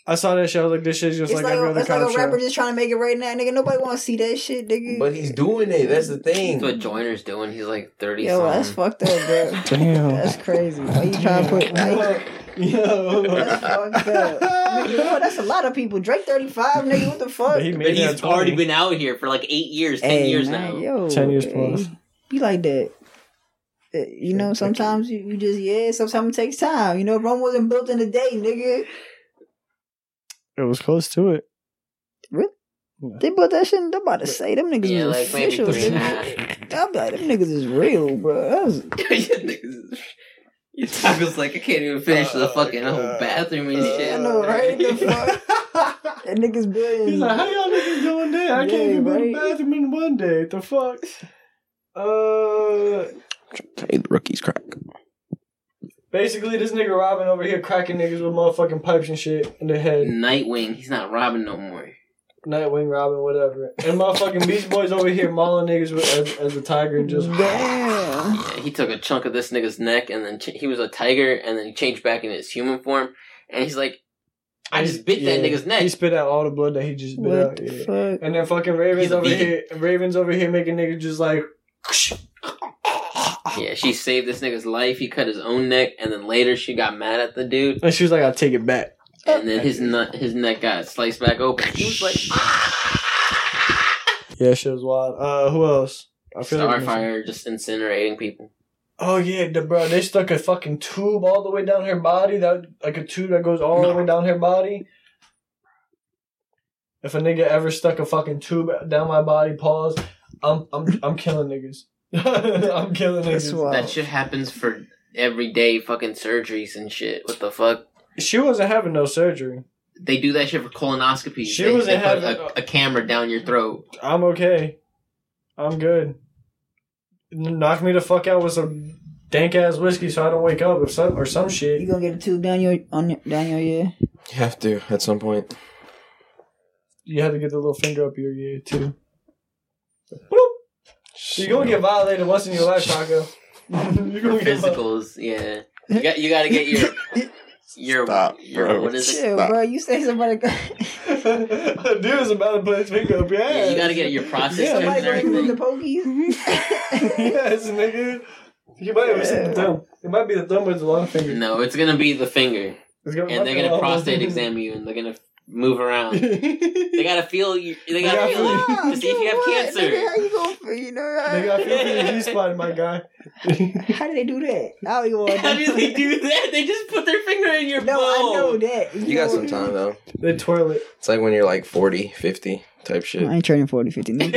I saw that shit. I was like, this shit's just It's like, like, every a, other it's like cop a rapper show. just trying to make it right now, nigga. Nobody want to see that shit, nigga. But he's doing it. That's the thing. That's what Joyner's doing. He's like 30 Yo, that's something. fucked up, bro. Damn. That's crazy. Why you trying to put? Why you, Yo. that's fucked up. Nigga, yo, that's a lot of people. Drake thirty five, nigga. What the fuck? But he But made he's that already 20. been out here for like eight years, ten Hey, years man, now. Yo, 10 years hey, plus. Be like that. Uh, You know, sometimes you, you just yeah. Sometimes it takes time. You know, Rome wasn't built in a day, nigga. It was close to it. They built that shit. I'm about to say them niggas Yeah, was like maybe officials. three and a nigga. half. I'll be like, them niggas is real, bro. That was Yeah, niggas is- Your taco's like, I can't even finish the fucking whole bathroom and shit. I know, right? The fuck? He's That niggas building. like, how y'all niggas doing that? I can't even go to the Yeah, right. bathroom in one day. The fuck? Uh, Hey, The Rookie's crack. basically, this nigga Robin over here cracking niggas with motherfucking pipes and shit in the head. Nightwing, he's not robbing no more. Nightwing, Robin, whatever. And motherfucking Beach Boys over here mauling niggas with, as, as a tiger and just. Damn. Yeah, he took a chunk of this nigga's neck, and then ch- he was a tiger, and then he changed back in his human form, and he's like, I just bit that Yeah. nigga's He neck. spit out all the blood that he just bit What out. the yeah. fuck? And then fucking Ravens He's a over vegan. here, Ravens over here making niggas just like. Yeah, she saved this nigga's life. He cut his own neck, and then later she got mad at the dude, And she was like, "I'll take it back." and then his nut, his neck got sliced back open. He was like, Yeah, shit was wild. Uh, who else? I Starfire just incinerating people. Oh yeah, the, bro. They stuck a fucking tube all the way down her body. That like a tube that goes all the way down her body. If a nigga ever stuck a fucking tube down my body, pause. I'm I'm I'm killing niggas. I'm killing That's niggas. wild. That shit happens for everyday fucking surgeries and shit. What the fuck? She wasn't having no surgery. They do that shit for colonoscopies. She They- was they put having- a, a camera down your throat. I'm okay. I'm good. N- Knock me the fuck out with some dank ass whiskey so I don't wake up or some or some You shit. gonna get a tube down your on your, down your ear? You have to at some point. You have to get the little finger up your ear too. Boop. You're gonna get violated once in your life, Taco. You're For gonna get violated. physicals, yeah. You got you got to get your your Stop, your bro. what is it? Chill, Stop. bro. You say somebody got Dude is about to put his finger up your ass. Yeah, you got to get your process Yeah, checked somebody and gonna remove the everything. Mm-hmm. pokies. yes, nigga. You might have seen the thumb. It might be the thumb with the long finger. No, it's gonna be the finger, It's gonna- and they're gonna prostate examine you, and they're gonna move around. They gotta feel you. They gotta gotta feel it Ah, to see if dude, you have what? Nigga, cancer. how you gonna feel? You know? They got fifty G spot, my guy. How do they do that? I don't even want to How do they do that? They just put their finger in your No, I know butthole. that. You got some time though. They twirl it. It's like when you're like 40, 50 type shit. I ain't training 40, 50. Don't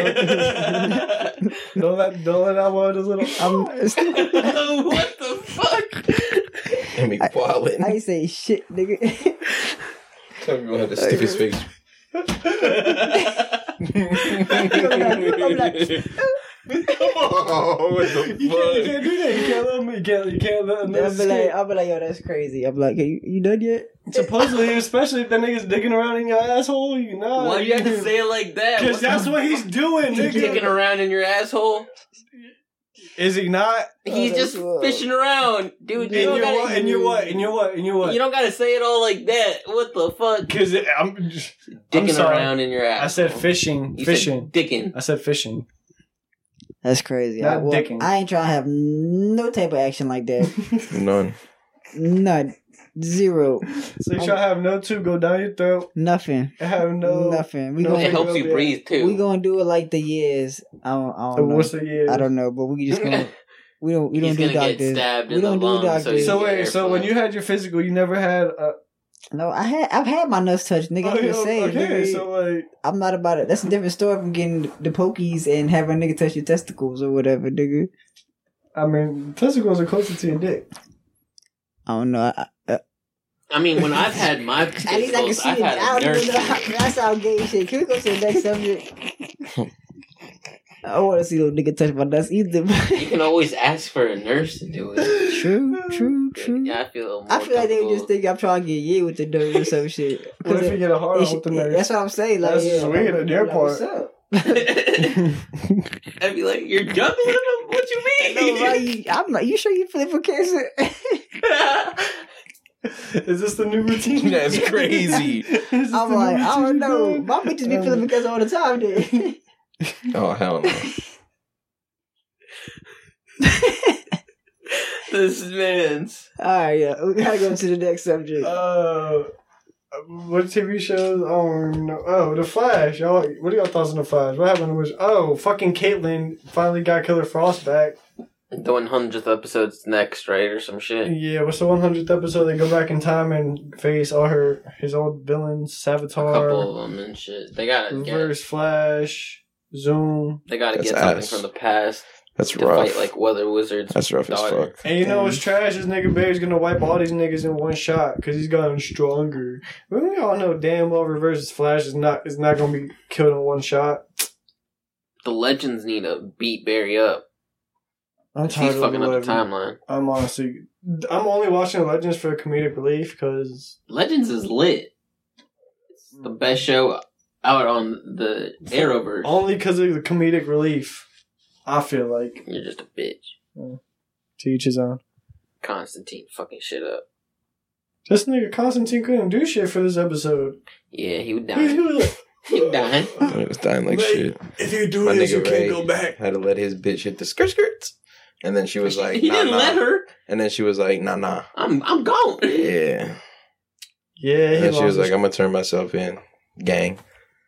let don't let that one of those little. um, I'm, what the fuck? And be wildin'. I ain't say shit, nigga. Tell me one of the stupidest things. oh, what You can't, you the can't do that. You can't let me. You can't. You can't let them. I'll be like, I'll be like, yo, that's crazy. I'm like, you, you done yet? Supposedly, especially if that nigga's digging around in your asshole, you Oh, know. Why do you have to say it like that? Because that's what he's doing, He's digging nigga. around in your asshole. Is he not? He's that's just wild. fishing around, dude. And You you're don't what? gotta. And you're what? And you're what? And you're You what? don't gotta say it all like that. What the fuck? Because I'm. I'm Dicking sorry. around in your ass. I said fishing. Oh. You Fishing. said dicking. I said fishing. That's crazy. I, Not well, dicking. I ain't trying to have no type of action like that. fuck? None. None. Zero. So you shall have no tube go down your throat. Nothing. and Have no. Nothing. We no gonna It helps you Yeah. breathe too. we gonna do it like the years. I don't, I So don't know. what's the year? I don't know, but we just gonna we don't we don't He's do gonna doctors. get stabbed we in the don't do lung. So, doctors. he's So gonna wait. get So when airflow. you had your physical, you never had. A, No, I had I've had my nuts touched, nigga. I'm just saying. Oh, okay. nigga. So like. I'm not about it. That's a different story from getting the pokies and having a nigga touch your testicles or whatever, nigga. I mean, testicles are closer to your dick. I don't know. I, I, I mean, when I've had my at least I can testicles, see I've it. I had a don't even know. nurse. How, that's how gay shit. Can we go to the next subject? I don't want to see no nigga touch my nuts either. You can always ask for a nurse to do it. true, true, true. Yeah, I feel. More I feel like they comfortable. just think I'm trying to get you with the nerve or some shit. What if you get a hard on It's- with the yeah, nurse? That's what I'm saying. Like, That's yeah, just weird on their like, part. What's up? I'd be like, "You're jumping on them? What you No, mean?" right? You- I'm like, you sure you flip for cancer? Is this the new routine? That's crazy. Is this I'm the new like, I don't routine know. you're My bitches be Um, flipping for cancer all the time. Then. Oh hell no. this man's. all right, yeah, we gotta go to the next subject. doing? Uh, what TV shows? I don't even know. Oh, The Flash. Y'all, what are y'all thoughts on The Flash? What happened was, oh, fucking Caitlyn finally got Killer Frost back. The one hundredth episode's next, right, or some shit. Yeah, what's the 100th episode? They go back in time and face all her, his old villains, A Savitar, couple of them and shit. They gotta get. Reverse Flash, Zoom. They gotta That's get something ass. from the past That's to rough. fight like weather wizards. That's rough as daughter. fuck. And you know Damn. what's trash? This nigga Barry's gonna wipe all these niggas in one shot because he's gotten stronger. But we all know damn well Reverse Flash is not is not gonna be killed in one shot. The legends need to beat Barry up. I'm He's tired of fucking up the whatever. timeline. I'm honestly, I'm only watching Legends for comedic relief because Legends is lit. It's the best show out on the Arrowverse. only because of the comedic relief. I feel like You're just a bitch. to each his own. Constantine fucking shit up. This nigga Constantine couldn't do shit for this episode. Yeah, he would He die. was like, He dying. I was dying like Wait. shit. if you do My this, you nigga can't Ray go back. had to let his bitch hit the skirt skirts. And then she was like, he nah, didn't nah. let her. And then she was like, nah, nah. I'm I'm gone. Yeah. Yeah, he And she lost was like, I'm going to turn myself in. Gang.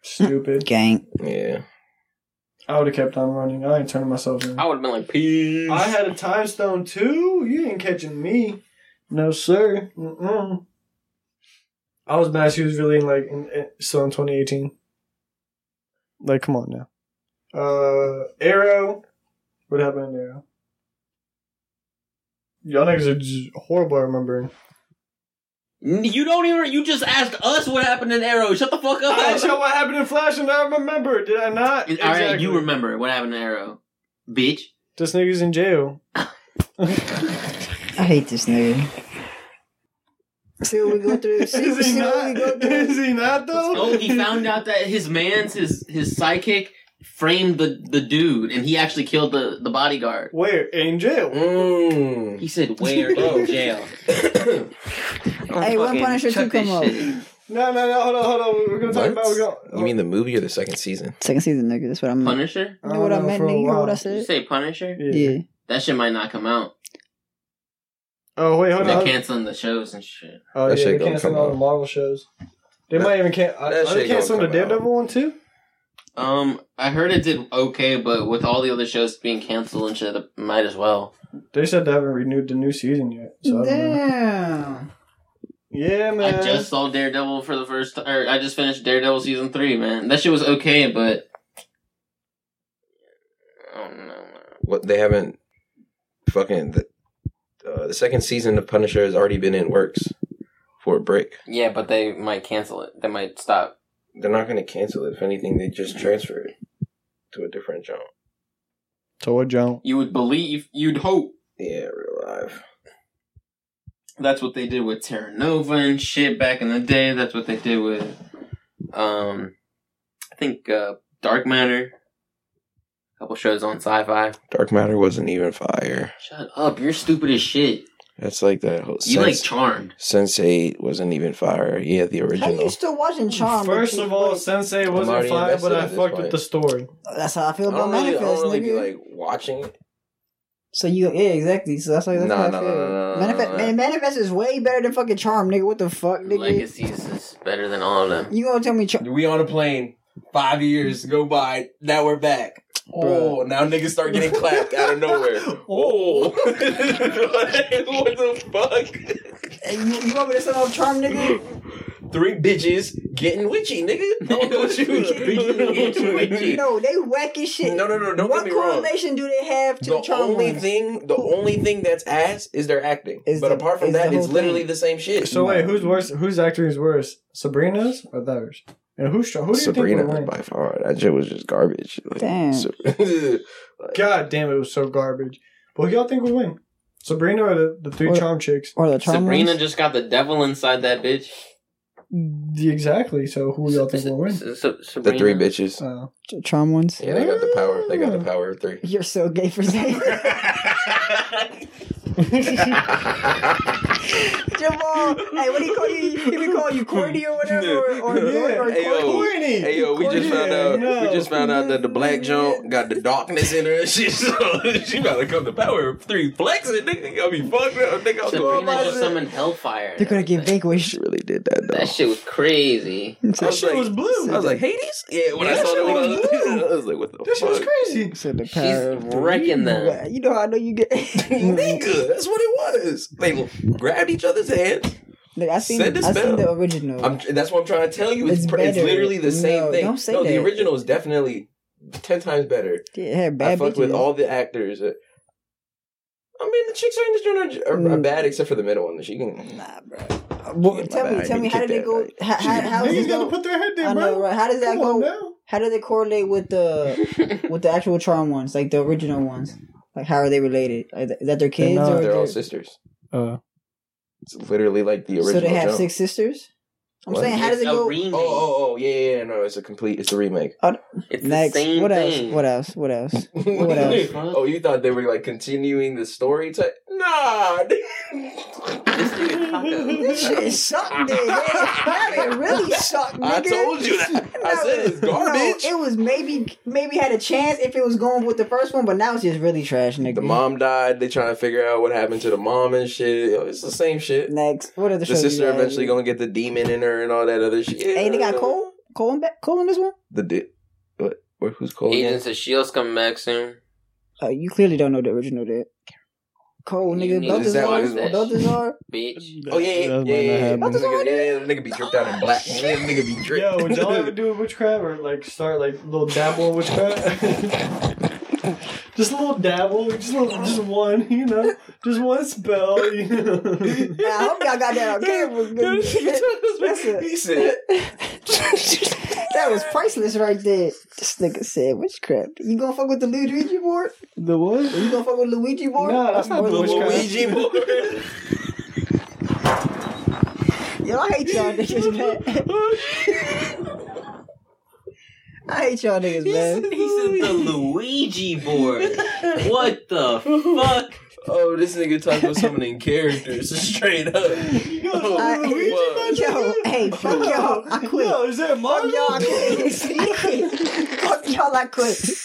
stupid. Gang. Yeah. I would have kept on running. I ain't turning myself in. I would have been like, peace. I had a time stone too. You ain't catching me. No, sir. Mm-mm. I was mad she was really like in, in, still in 2018. Like, come on now. Uh, Arrow. What happened in Arrow? Y'all niggas are just horrible at remembering. you don't even. You just asked us what happened in Arrow. Shut the fuck up. I asked y'all what happened in Flash and I remember. Did I not? All right, Exactly. you remember what happened in Arrow, bitch. This nigga's in jail. I hate this nigga. See what we go through. See, Is he see what not? we go through. Is he not though? Oh, he found out that his man's his his psychic framed the the dude, and he actually killed the the bodyguard. Where? In jail. Mm. He said, "Where in jail?" Hey, when Fucking Punisher check 2 come this out? shit. No, no, no. Hold on, hold on. we- We're gonna talk What? about. We're gonna, You mean the movie or the second season? Second season, nigga. That's what I'm. You Punisher? know what I meant, nigga? You know what I Did you said? say Punisher? Yeah. Yeah. That shit might not come out. Oh wait, hold They're on. canceling the shows and shit. oh That yeah, shit they gonna canceling come all the out. Marvel shows. They That- might even can. Are that they shit gonna canceling the come out. Daredevil one too? Um, I heard it did okay, but with all the other shows being canceled and shit, it might as well. They said they haven't renewed the new season yet. So I don't know. Damn. yeah, man. I just saw Daredevil for the first time. Or I just finished Daredevil season three, man. That shit was okay, but I don't know. What they haven't fucking the, uh, the second season of Punisher has already been in works for a break. Yeah, but they might cancel it. They might stop. They're not going to cancel it. If anything, they just transfer it to a different genre. So what, John? You would believe, you'd hope. Yeah, real life. That's what they did with Terra Nova and shit back in the day. That's what they did with, um, I think uh, Dark Matter. A couple shows on Sci-Fi. Dark Matter wasn't even fire. Shut up! You're stupid as shit. That's like that whole. You like Sense- Charmed. Sense eight wasn't even fire. Yeah, the How you original. still watching Charm? First of all, Sensei wasn't already fire, but invested I at this fucked with point. the story. that's how I feel I about don't really, I Manifest, don't really be nigga. Oh, like watching it. so you, yeah, exactly. So that's like that's Nah, how I nah, feel. nah, nah, nah, Manifest, nah, man, Manifest is way better than fucking Charm, nigga. What the fuck, nigga? Legacies is better than all of them. You gonna tell me Charm? We on a plane. Five years go by. Now we're back. Oh, now niggas start getting clapped out of nowhere. Oh, what the You, you want me to send off Charm, nigga? fuck? Three bitches getting witchy, nigga. Don't know what you- Getting witchy. no, they whack as shit. No, no, no. Don't what get me wrong. correlation do they have to The the Charm? only ones? thing, the only thing that's ass is their acting. Is but the- apart from is the that, whole it's literally thing. the same shit. So wait, who's worse? Whose acting is worse, Sabrina's or theirs? And who? Who do you Sabrina think would win? by far. That shit was just garbage. Like, Damn. so- God damn, it was so garbage. But who y'all think would win? Sabrina or the, the three Or- charm chicks? Or the Charm Sabrina ones? just got the devil inside that bitch. Exactly. So who y'all think will win? S- S- the Sabrina. three bitches. Uh, Ch- Charm ones. Yeah, they got the power. They got the power of three. You're so gay for saying that. Jamal, hey, what do you call you? He would call you Cordy or whatever, or, or, Yeah. or, or Hey, yo. Cordy. corny. Hey yo, we just found out. We just found out that the black joint got the darkness in her and shit. So she about to come to power of three flexing. Nigga, got me fucked up. Nigga, I'm going. Sabrina just summoned hellfire. They're gonna get vanquished. She really did that That shit was crazy. I That was shit like- was blue. I was like Hades. Yeah, when I That saw shit that, I was was, blue. I was like, what the That shit fuck? was crazy. So the power of She's wrecking them. Well, You know how I know you get. Nigga, Nigga, that's what it was. They grabbed each other's hand. I seen, Send this I seen bell. the original. I'm, that's what I'm trying to tell you. It's, It's pr- it's better. literally the same No, thing. don't say no, the that. original is definitely ten times better. it had bad I fucked bitches. with all the actors. I mean, the chicks in this joint are, are, are Mm. bad except for the middle one. She can. Nah, bro. Well, my tell bad. me, tell You me, how kicked did it that, go? right? How, how, how does Niggas it gotta go? put their head I there, know, bro. right? How does that Come on go? now. How does it correlate with the with the actual charm ones, like the original ones? Like, how are they related? Are th- Is that their kids not. or They're all their- sisters. Uh, It's literally like the original. so they have jump. six sisters? I'm What? saying, how does it It's a go? remake. Oh, oh, oh, yeah, yeah, yeah, no, it's a complete, it's a remake. It's oh. Next, the same what thing. else? What else? What else? What else? oh, you thought they were like continuing the story? Type? No, Nah. This nigga Taco. This shit sucked, nigga. That it really sucked, nigga. I told you that. I said it's garbage. No, it was maybe maybe had a chance if it was going with the first one, but now it's just really trash, nigga. the mom died. They trying to figure out what happened to the mom and shit. Yo, It's the same shit. Next, what other The Mm, shows? sister you had? eventually gonna get the demon in her and all that other shit. Hey, they got Yeah. Cole. Cole and back. Cole in this one. The di- what? What? Who's Cole? again? Agents of Shield's coming back soon. Uh, you clearly don't know the original. That Cole, You nigga. need- Is that what it Balthazar. was? Balthazar. Bitch. Oh yeah, yeah, That might not yeah. yeah, yeah. happen. Nigga, yeah, yeah, nigga be dripped out in black. Yeah, nigga be dripped. Yo, would y'all ever do witchcraft or like start like little dabble in witchcraft? just a little dabble, just a little, just one, you know, just one spell. You know? Yeah, I hope y'all got that on camera. Yo, this nigga nigga. told us what he said. that was priceless right there. This nigga said witchcraft. You gonna fuck with the Luigi board? The what? You gonna fuck with Luigi board? No, that's not Or the Luigi- witchcraft. Ouija board. Yo, I hate y'all niggas, man. I hate y'all niggas, man. He said the Luigi board. What the fuck? Oh, this nigga talking about summoning characters straight up. Oh, I- fuck. Yo, hey, fuck y'all. I quit. Yo, is that Fuck my y'all, I quit. I quit. Fuck y'all, I quit.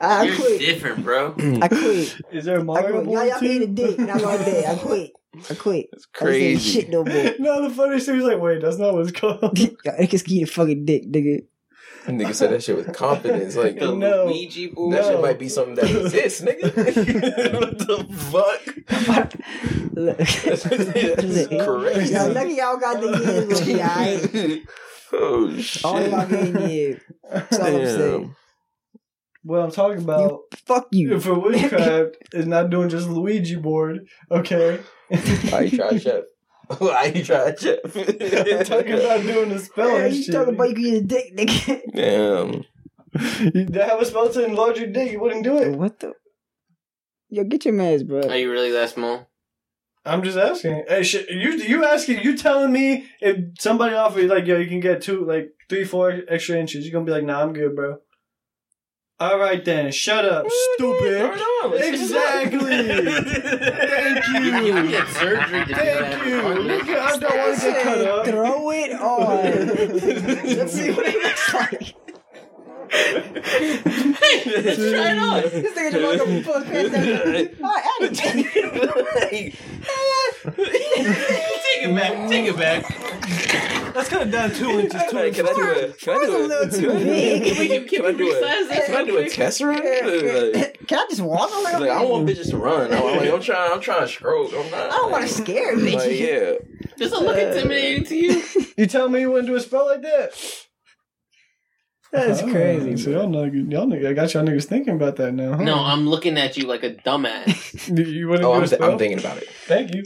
I You're quit. different, bro. I quit. Is there I Mario quit. Y'all, board y'all too? need a dick, and I'm all dead. I quit. I quit. That's I just ain't crazy. shit no more. No, the funny thing is like, wait, that's not what it's called. Y'all niggas eat a fucking dick, nigga. That nigga said that shit with confidence. Like, The that No. Luigi board. No. shit might be something that exists, nigga. what the fuck? Look. That's crazy. Y'all lucky y'all got the kids with me, alright? oh shit! All y'all getting here. That's all I'm saying. Damn. what I'm talking about Fuck you. for witchcraft is not doing just Luigi board, okay? I tried chef. I tried chef. I'm talking about doing the spell Hey, and you shit. talking about you can eat a dick, nigga. Damn. They have a spell to enlarge your dick. You wouldn't do it. What the? Yo, get your meds, bro. Are you really that small? I'm just asking. Hey, shit, you you asking? You telling me if somebody offer you like, yo, you can get two, like three, four extra inches? You're gonna be like, nah, I'm good, bro. All right then, shut up, stupid. Exactly. Thank You can you. get surgery to do Thank you. that. Nigga, I don't want to get cut up. Throw it on. Let's see what it looks like. Let's try it on. This nigga just woke up and full of pants. Oh, I had it. Take it back. Take it back. That's kind of down two inches. Two Hey, can I do a? Can I Four's a do little a? too big. We can, Can I can we do resize it? this? Can I do a tesseract? Like, Can I just walk like, around? I don't want bitches to run. I'm, like, I'm trying. I'm trying to stroke. I'm not. I don't want to scare bitches. Like, yeah. Does it look intimidating to you? You tell me you wouldn't do a spell like that. That's Oh, crazy. So y'all niggas, y'all niggas, I got y'all niggas thinking about that now. Huh? No, I'm looking at you like a dumbass. you, you wouldn't Oh, do I'm, a th- spell. I'm thinking about it. Thank you.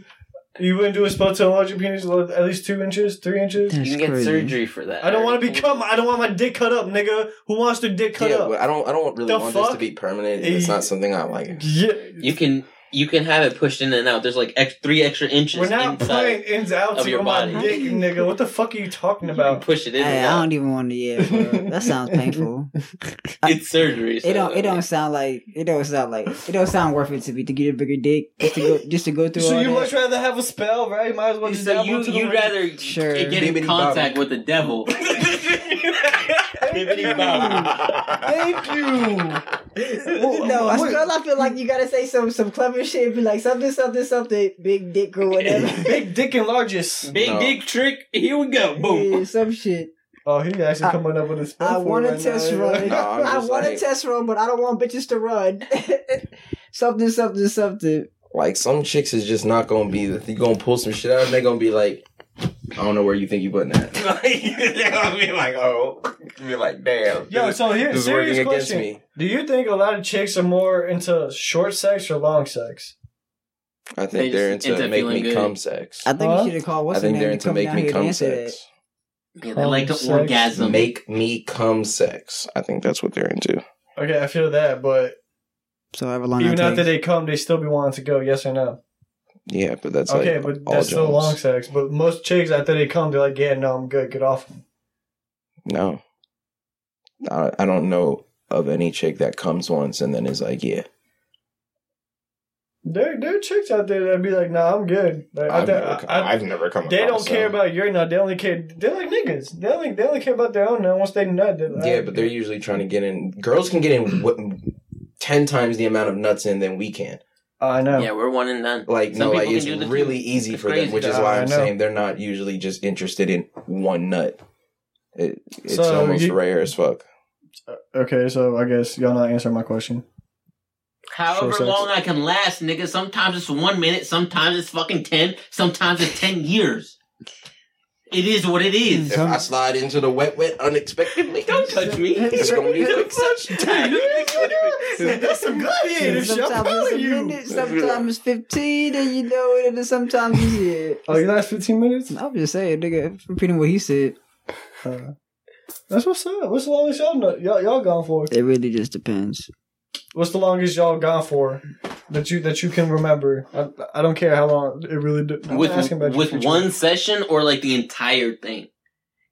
You wouldn't do a spell to enlarge your penis lo- at least two inches, three inches. You can get surgery for that. I don't want to be cut. I don't want my dick cut up, nigga. Who wants their dick cut yeah, up? but I don't. I don't really The want this fuck? to be permanent. It's Eh, not something I like. yeah, You can you can have it pushed in and out. There's like ex- three extra inches. we're not inside. playing ins outs of your on my body. dick, nigga. What the fuck are you talking You can about? push it in. Hey, and I out. don't even want to. Yeah, bro. that sounds painful. It's surgery. so- It don't. It don't sound like. It don't sound like. It don't sound worth it to me to get a bigger dick just to go just to go through So all you that. much rather have a spell, right? Might as well just So dabble you into the you'd ring. rather Sure. get in Bibbidi contact bobbidi. with the devil. Thank you. Thank you. no, I girl, I feel like you gotta say some some clever shit. Be like something, something, something, big dick or whatever. Big dick and largest. Big No. dick trick. Here we go. Boom. Yeah, some shit. Oh, he actually I- coming up with a spell. I for it want to right test now. run. No, I'm I just want to like- test run, but I don't want bitches to run. something, something, something. Like some chicks is just not gonna be. You gonna pull some shit out and they gonna be like, I don't know where you think you putting that. They're gonna be like, oh, be like, damn. Yo, this so is- here, this is serious working against question. me. Do you think a lot of chicks are more into short sex or long sex? I They think they're just into, into make feeling me good. cum sex. I think Huh? you should have called. I What's the think they're name? to into come make down me here and cum answer that. sex. Yeah, they like Sex. to orgasm. Make me cum sex. I think that's what they're into. Okay, I feel that, but So however long even that after takes. they come, they still be wanting to go. Yes or no? Yeah, but that's okay, like but all that's still jobs. long sex. But most chicks after they come, they're like, "Yeah, no, I'm good. Get off." me." No, I, I don't know of any chick that comes once and then is like, yeah. There, there are chicks out there that'd be like, "Nah, I'm good." Like, I, I've, th- never, come- I, I- I've never come. they across don't care um, them. about your nut. They only care. They're like niggas. They only they only care about their own nut. Once they nut, they're like, Yeah, but they're usually trying to get in. Girls can get in w- ten times the amount of nuts in than we can. I know. Yeah, we're one and done. Like Some no, like people it's can do the really two. easy It's for them, crazy. which is Yeah, why I I'm know. saying they're not usually just interested in one nut. It, it's So almost you- rare as fuck. Okay, so I guess y'all not answering my question. Sure However sex. long I can last, nigga. Sometimes it's one minute, sometimes it's fucking ten, sometimes it's ten years. It is what it is. If I slide into the wet, wet unexpectedly, Don't touch me. it's gonna be a quick suction time. That's some gladiator shit. I'm sometimes it's a telling you. minute, sometimes it's 15, and you know it, and then sometimes it's it. Oh, you last fifteen minutes. I'm just saying, nigga, repeating what he said. Uh, that's what's up. What's the longest y'all know, y'all y'all gone for? It really just depends. What's the longest y'all gone for that you that you can remember? I, I don't care how long it really. d I'm not asking about With your with future. one session or like the entire thing?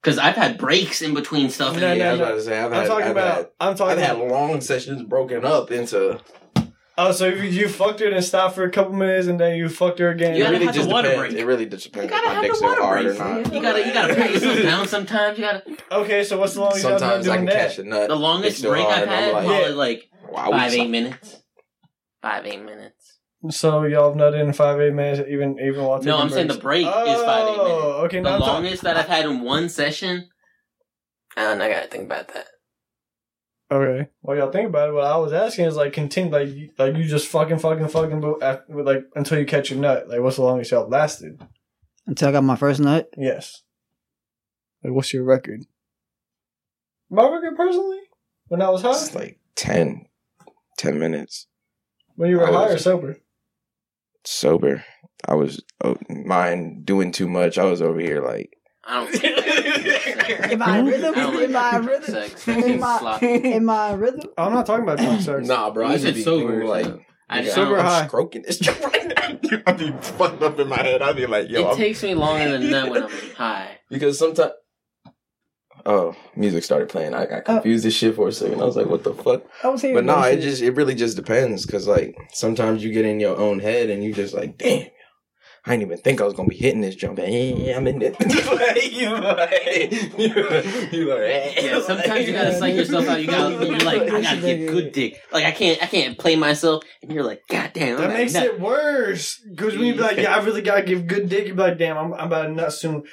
Because I've had breaks in between stuff. and No, yeah, I was no, about to say, I've I'm had, talking I've about. had, I'm I've talking. had long sessions broken up into. oh, so you, you fucked her and stopped for a couple minutes, and then you fucked her again. You it gotta really have the just water depends. break. It really just depends You if gotta my have dick's the so water hard or break. not. You gotta you gotta pat yourself down sometimes. You gotta Okay, so what's the longest y'all been Sometimes I Oh, doing can that? catch a nut. the longest It's so break hard, I'm I've had like- probably like Wow, we five suck. eight minutes. Five eight minutes. So y'all have not in five eight minutes, even even while taking No, I'm saying the breaks? break is five eight minutes. Oh, okay. The Now I'm talking- longest that I've had in one session. And I gotta think about that. Okay. Well, y'all think about it. What I was asking is like continue, like you- like you just fucking, fucking, fucking, but after, like until you catch your nut. Like, what's the longest y'all lasted? Until I got my first nut, Yes. Like, what's your record? My record, personally, when I was It's high, like 10, 10 minutes when you were I high or was- sober. sober. I was oh, mine doing too much. I was over here like I don't think Am I a I rhythm? don't like Am I a having rhythm? sex. That seems Am I- sloppy. Am I a rhythm? I'm not talking about drunk sex. nah, bro. You I said should be sober, doing, like so- I nigga, just Sober don't- I'm high. stroking this shit right now. I'd be fucked up in my head. I'd be like, yo, it I'm, takes me longer than that when I'm high. because sometimes. Oh, music started playing. I got confused as shit for a second. I was like, "What the fuck?" I was here. But no, it just it really just depends because like sometimes you get in your own head and you just like, damn, I didn't even think I was gonna be hitting this jump. Hey, I'm in it. like, you like, you, you like, eh, Yeah, sometimes you gotta psych yourself out. You gotta be like, I gotta get good dick. Like I can't, I can't play myself. And you're like, God damn, That makes it worse. Because when you be like, yeah, I really gotta give good dick, you be like, damn, I'm, I'm about to nut soon.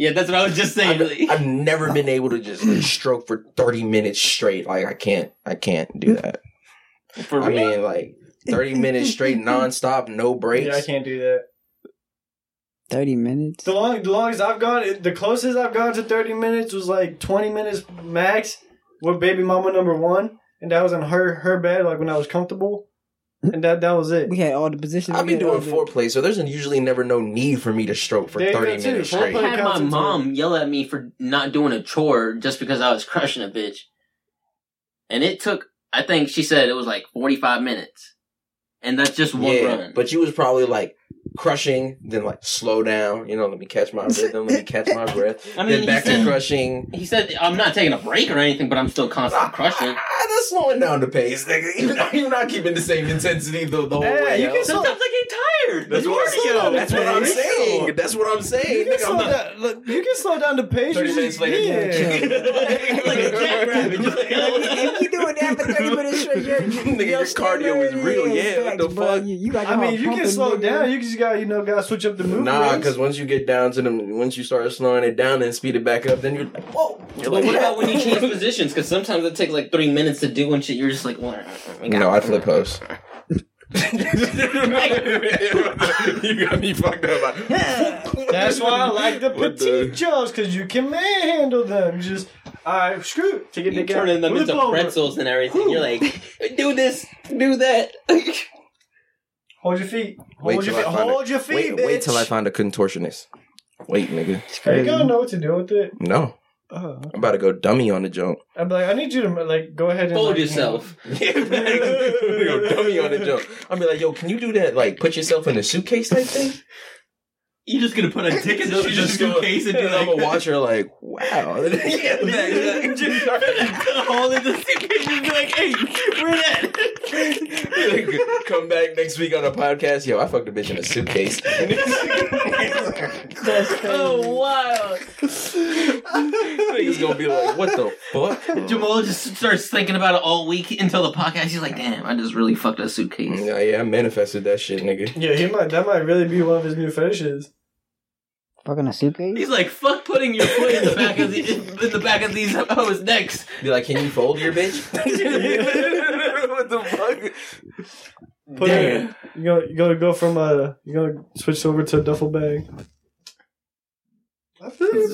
Yeah, that's what I was just saying. I've, I've never been able to just stroke for thirty minutes straight. Like I can't, I can't do that. for I real. mean, like thirty minutes straight, nonstop, no breaks. Yeah, I can't do that. thirty minutes. The long, the longest I've gone, it- the closest I've gone to thirty minutes was like twenty minutes max with baby mama number one, and that was in her her bed, like when I was comfortable, and that that was it. We had all the positions. I've we been had all doing the- foreplay, so there's usually never no need for me to stroke for There you go, thirty too. minutes Foreplay straight. I had my Counts as mom yell at me for not doing a chore just because I was crushing a bitch. And it took, I think she said it was like 45 minutes. And that's just one yeah, run. but you was probably like crushing, then like slow down. You know, let me catch my rhythm, let me catch my breath. I mean, then back he, said, to crushing. he said, I'm not taking a break or anything, but I'm still constantly crushing. Ah, that's slowing down the pace. nigga. You're not, you're not keeping the same intensity the, the whole Yeah, way. you out. can slow- Sometimes I get tired. that's, what slow down I'm, the that's what I'm pace. saying. That's what I'm You saying. can, Nigga, I'm slow not, down, look, you can slow down the pace. 30 you minutes just- later. yeah. Like a jackrabbit, just like, If you doing that for thirty minutes straight, you're, Nigga, your cardio is real, yeah, what the bro. fuck? You, you got I your mean, heart you can pumping, slow nigga. down. You just got you know got to switch up the movement. Nah, because once you get down to them, once you start slowing it down and speed it back up, then you're like, whoa. You're But like, what about when you change positions? Because sometimes it takes like three minutes to do and shit. You're just like, well, we got- No, I flip hose. you got me fucked up. that's why I like the What petite jobs because you can manhandle them. You just all right, screw. Take it You're together. turning them flip into over. pretzels and everything. You're like, do this, do that. Hold your feet. Wait Hold your till feet. I find it. Hold your feet. Wait, wait till I bitch. find a contortionist. Wait, nigga. It's Hey, you crazy. gotta know what to do with it. No. Uh, I'm about to go dummy on the jump. I'm like, I need you to like go ahead and Fold like, yourself. Yeah, I'm gonna go dummy on the jump. I'm be like, yo, can you do that? Like, put yourself in a suitcase type thing? You're just gonna put a dick in the She's just gonna- suitcase and do I'm like gonna watch her like, wow. yeah, Just put a hole in the suitcase and be like, hey, where that? Come back next week on a podcast. Yo, I fucked a bitch in a suitcase. Oh, wow. Niggas gonna be like, what the fuck? Jamal just starts thinking about it all week until the podcast. He's like, damn, I just really fucked a suitcase. Yeah, yeah, I manifested that shit, nigga. Yeah, he might. That might really be one of his new fetishes. Fucking a suitcase? He's like, fuck putting your foot in the back of the, in the back of these hoes' necks. Be like, can you fold your bitch? what the fuck? Put it, you gonna you gonna go from uh you gonna switch over to a duffel bag. I feel you,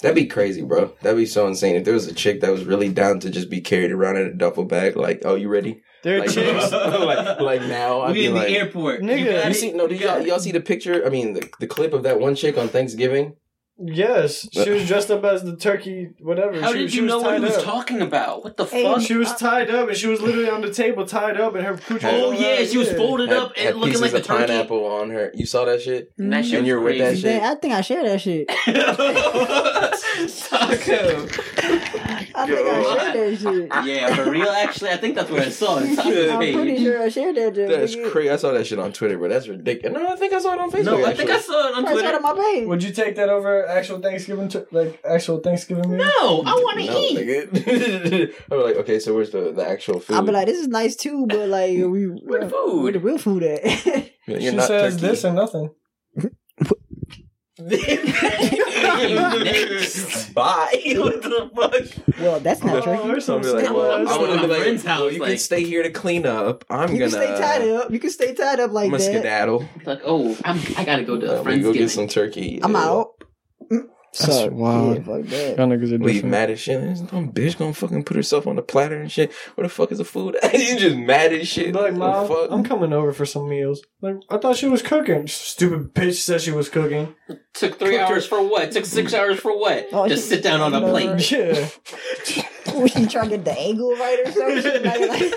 That'd be crazy, bro. That'd be so insane. If there was a chick that was really down to just be carried around in a duffel bag, like, oh, you ready? There are Like, chicks. like, like now, I'd we be in like, the airport. Nigga, You got You it. see, no, do y'all, y'all see the picture? I mean, the, the clip of that one chick on Thanksgiving. Yes, she was dressed up as the turkey, whatever. How she, did she you know what he tied was up. talking about? What the Hey, fuck? She was tied up, and she was literally on the table, tied up, and her pooch. oh was yeah, out, she was yeah. folded Had- up had and looking pieces like a of turkey. pineapple on her. You saw that shit? And that shit And was you're with that crazy. shit. Man, I Mm, think I shared that shit. Taco. I think I shared that shit. Yeah, for real. Actually, I think that's where I saw it. Taco I'm pretty page. sure I shared that joke. That's nigga. crazy. I saw that shit on Twitter, but that's ridiculous. No, I think I saw it on Facebook. No, I think I actually. saw it on I shared it Twitter. on my page. Would you take that over actual Thanksgiving, tur- like actual Thanksgiving meal? No, I want to No, eat. nigga. I was like, okay, so where's the, the actual food? I'll be like, this is nice too, but like, we, Where the where the food? real food at? You're she not says turkey. this and nothing. Next. Bye. what the fuck? well, that's not Oh, true. there's some I'll be like, slut. well, I I'm wanna at be my like, friend's house, well, you can like- stay here to clean up. I'm You gonna can stay tied up. You can stay tied up like I'm gonna that. skedaddle. Like, oh, I'm, I gotta go to a I'm gonna go get friend's some turkey. uh, I'm Yeah. out. Mm. That's Suck. wild. Yeah, fuck that. Y'all niggas are Leave different. mad as shit. This dumb bitch gonna fucking put herself on the platter and shit. Where the fuck is the food? you just mad as shit. Like, The mom, fuck? I'm coming over for some meals. Like, I thought she was cooking. Stupid bitch said she was cooking. Took three hours for what? Took six hours for what? Oh, Just she- sit down on a no, plate. Yeah. Was she trying to get the angle right or something? Like, like,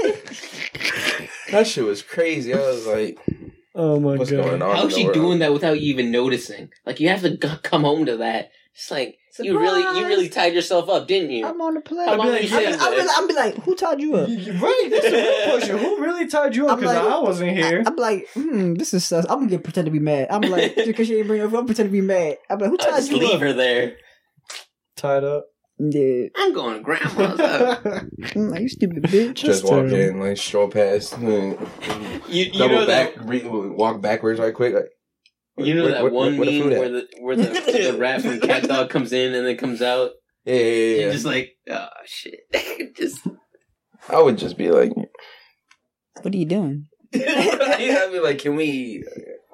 That shit was crazy. I was like, Oh my what's god. going on? How in is the she world? doing that without you even noticing? Like you have to g- come home to that. It's like you really, you really tied yourself up, didn't you? I'm on the play. How I'm, long be are like, you I'll I'm, saying I'm, be that? like, I'm be like, who tied you up? You- you- Right, that's a good question. Who really tied you up? I'm Because like- I wasn't here. I'm like, hmm, this is sus. I'm gonna get pretend to be mad. I'm like, just because she ain't bring her, phone, I'm pretend to be mad. I'm like, who I'll tied just you leave up? her there. tied up. Yeah, I'm going to grandma's. house. I'm like, you stupid bitch. Just That's walk terrible. in, like stroll past, mm, you, you double know back, that. re- walk backwards right quick. Like, You know where- that where- one where the meme food at? where the where the, the rat from Cat Dog comes in and then comes out. Yeah, yeah, yeah, You're yeah. just like, oh shit. just I would just be like, What are you doing? I'd be like, can we?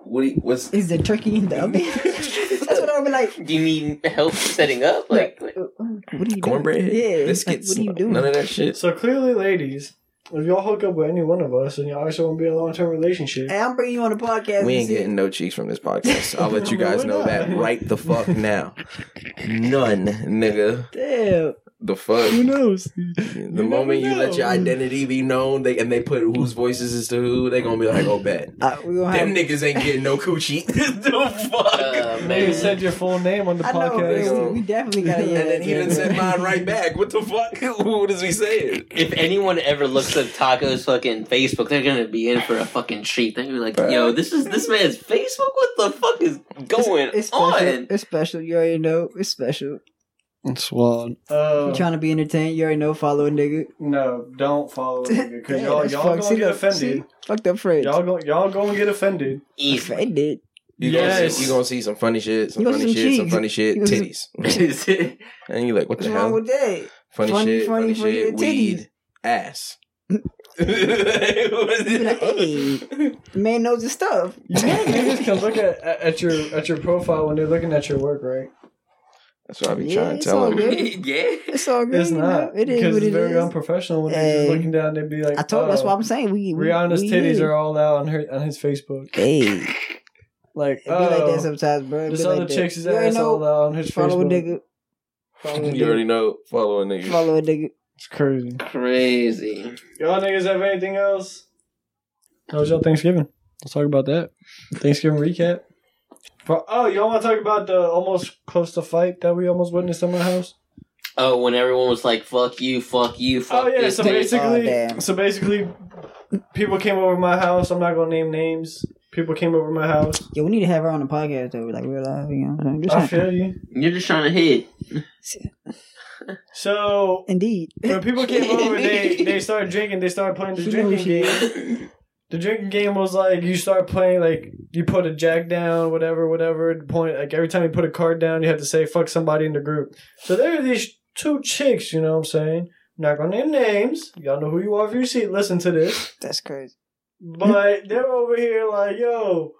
What? do you- What's? Is the turkey in the oven? That's what I'll be like. do you need help setting up? Like, Like, uh, uh, what are you Cornbread, doing? Yeah, biscuits, Like, what are you doing? none of that shit. So clearly, ladies, if y'all hook up with any one of us and y'all actually want to be in a long term relationship, Hey, I'm bringing you on the podcast. We and ain't shit. getting no cheeks from this podcast. I'll let you guys Why know not? that right the fuck now. None, nigga. Damn. The fuck. knows? The moment you never let your know. identity be known, they and they put whose voices is to who, they gonna be like, oh bet. Uh, we gonna have Them niggas ain't getting no coochie. the fuck. uh, Maybe man. said your full name on the I know. podcast. nigga. man, We definitely got to and then he done said mine right back. What the fuck? what is he saying? If anyone ever looks at Taco's fucking Facebook, they're gonna be in for a fucking treat. They're gonna be like, "Yo, this is this man's Facebook. What the fuck is going It's special. on?" It's special. You already know. It's special. It's wild. Uh, You trying to be entertained? You already know. Follow a nigga. no, don't follow it because Damn, y'all that's y'all fucked. gonna See, get look, offended. see? Fuck them friends. Y'all gonna y'all gonna get offended. Easy. offended. You gonna Yes. see, you gonna see some funny shit, some You gonna funny see some shit, some cheeks. funny shit, You gonna see- titties, and you like, what What's the wrong hell? with that? Funny, funny, shit, funny, funny, funny shit, titties. weed, ass. What You be like, is it? hey, man knows his stuff. You know, niggas can look at, at at your at your profile when they're looking at your work, right? That's what I be Yeah, trying to it's tell all him. good. yeah. It's all good. It's you not. know? Mm-hmm. It is because what it's it very is. unprofessional when they're Hey. just looking down. They'd be like, I told. That's oh, why I'm saying we. we Rihanna's we titties here. are all out on her on his Facebook. Hey, Like, it be like oh, that sometimes, bro. It this be other like that. chick's You already ass all know. out on his Follow a Facebook. nigga. Follow a You already nigga. know, follow a nigga. Follow a nigga. It's crazy. Crazy. Y'all niggas have anything else? How was y'all Thanksgiving? Let's talk about that. Thanksgiving recap. For- oh, y'all want to talk about the almost close to fight that we almost witnessed in my house? Oh, when everyone was like, "Fuck you, fuck you, fuck oh yeah, this." so dude." Oh, basically, damn. so basically, people came over my house. I'm not gonna name names. People came over my house. Yo, we need to have her on the podcast though. Like real life, you know. What I'm saying? Just I not- feel you. You're just trying to hit. So Indeed. when people came over, they they started drinking. They started playing the She knows drinking she- game. The drinking game was like you start playing like you put a jack down, whatever, whatever. The point like every time you put a card down, you have to say fuck somebody in the group. So there are these two chicks. You know what I'm saying? I'm not gonna name names. Y'all know who you are if you see listen to this. That's crazy. But they're over here like, yo,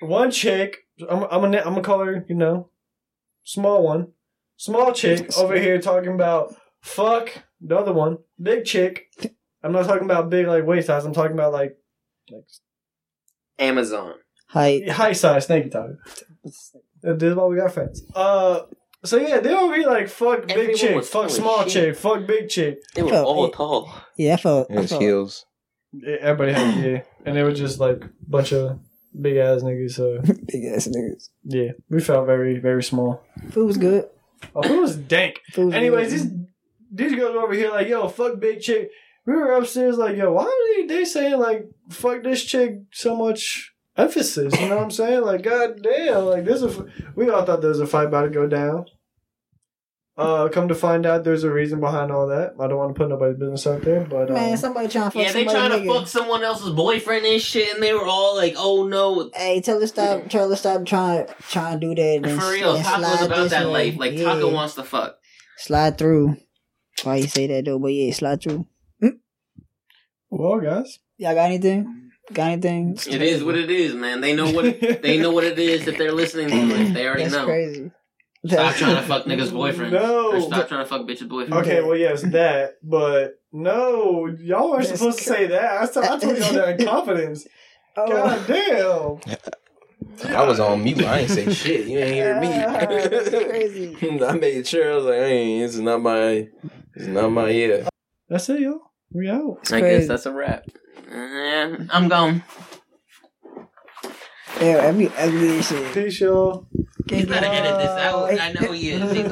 one chick, I'm I'm gonna I'm gonna call her, you know, small one, small chick over here talking about fuck the other one, big chick. I'm not talking about big like waist size. I'm talking about like Amazon. Height. high size. Thank you, Tyler. This is why we got friends. Uh, so yeah, they over here like fuck big Everyone chick, was fuck tall as small shit. chick, fuck big chick. They were Oh, all it- tall. Yeah, I felt. I His felt heels. Everybody had yeah, and they were just like bunch of big ass niggas. So big ass niggas. yeah, we felt very very small. Food was good. Oh, it was dank. Food was Anyways, good. these these girls over here like, yo, fuck big chick. We were upstairs like, yo, why are they, they saying like, fuck this chick so much emphasis? You know what I'm saying? Like, god damn, like this is. We all thought there was a fight about to go down. Uh, come to find out, there's a reason behind all that. I don't want to put nobody's business out there, but uh, man, somebody trying to fuck. Yeah, they somebody trying to nigga. fuck someone else's boyfriend and shit, and they were all like, "Oh no." Hey, tell her stop. Tell her stop trying trying to do that. And, For real, and Taco's slide about this that way. life. Like yeah. Taco wants to fuck. slide through. Why you say that though? But yeah, slide through. well, guys, Y'all got anything? Got anything? It is what it is, man. They know what they know what it is that they're listening to. It. They already That's know. crazy. Stop That's- trying to fuck niggas' boyfriends. No. Or stop trying to fuck bitches' boyfriends. Okay, well, yes, that, but no, y'all weren't That's supposed to say that. I, told- I told y'all that in confidence. Oh, God damn. I was on mute. I ain't say shit. You ain't hear Ah, that's me. crazy. I made sure I was like, hey, this is not my, this is not my ear. That's it, y'all. We out. crazy. I guess that's a wrap. Eh, I'm gone. Yeah, every ugly shit. Peace, y'all. He's better edit this out. I know he is. He's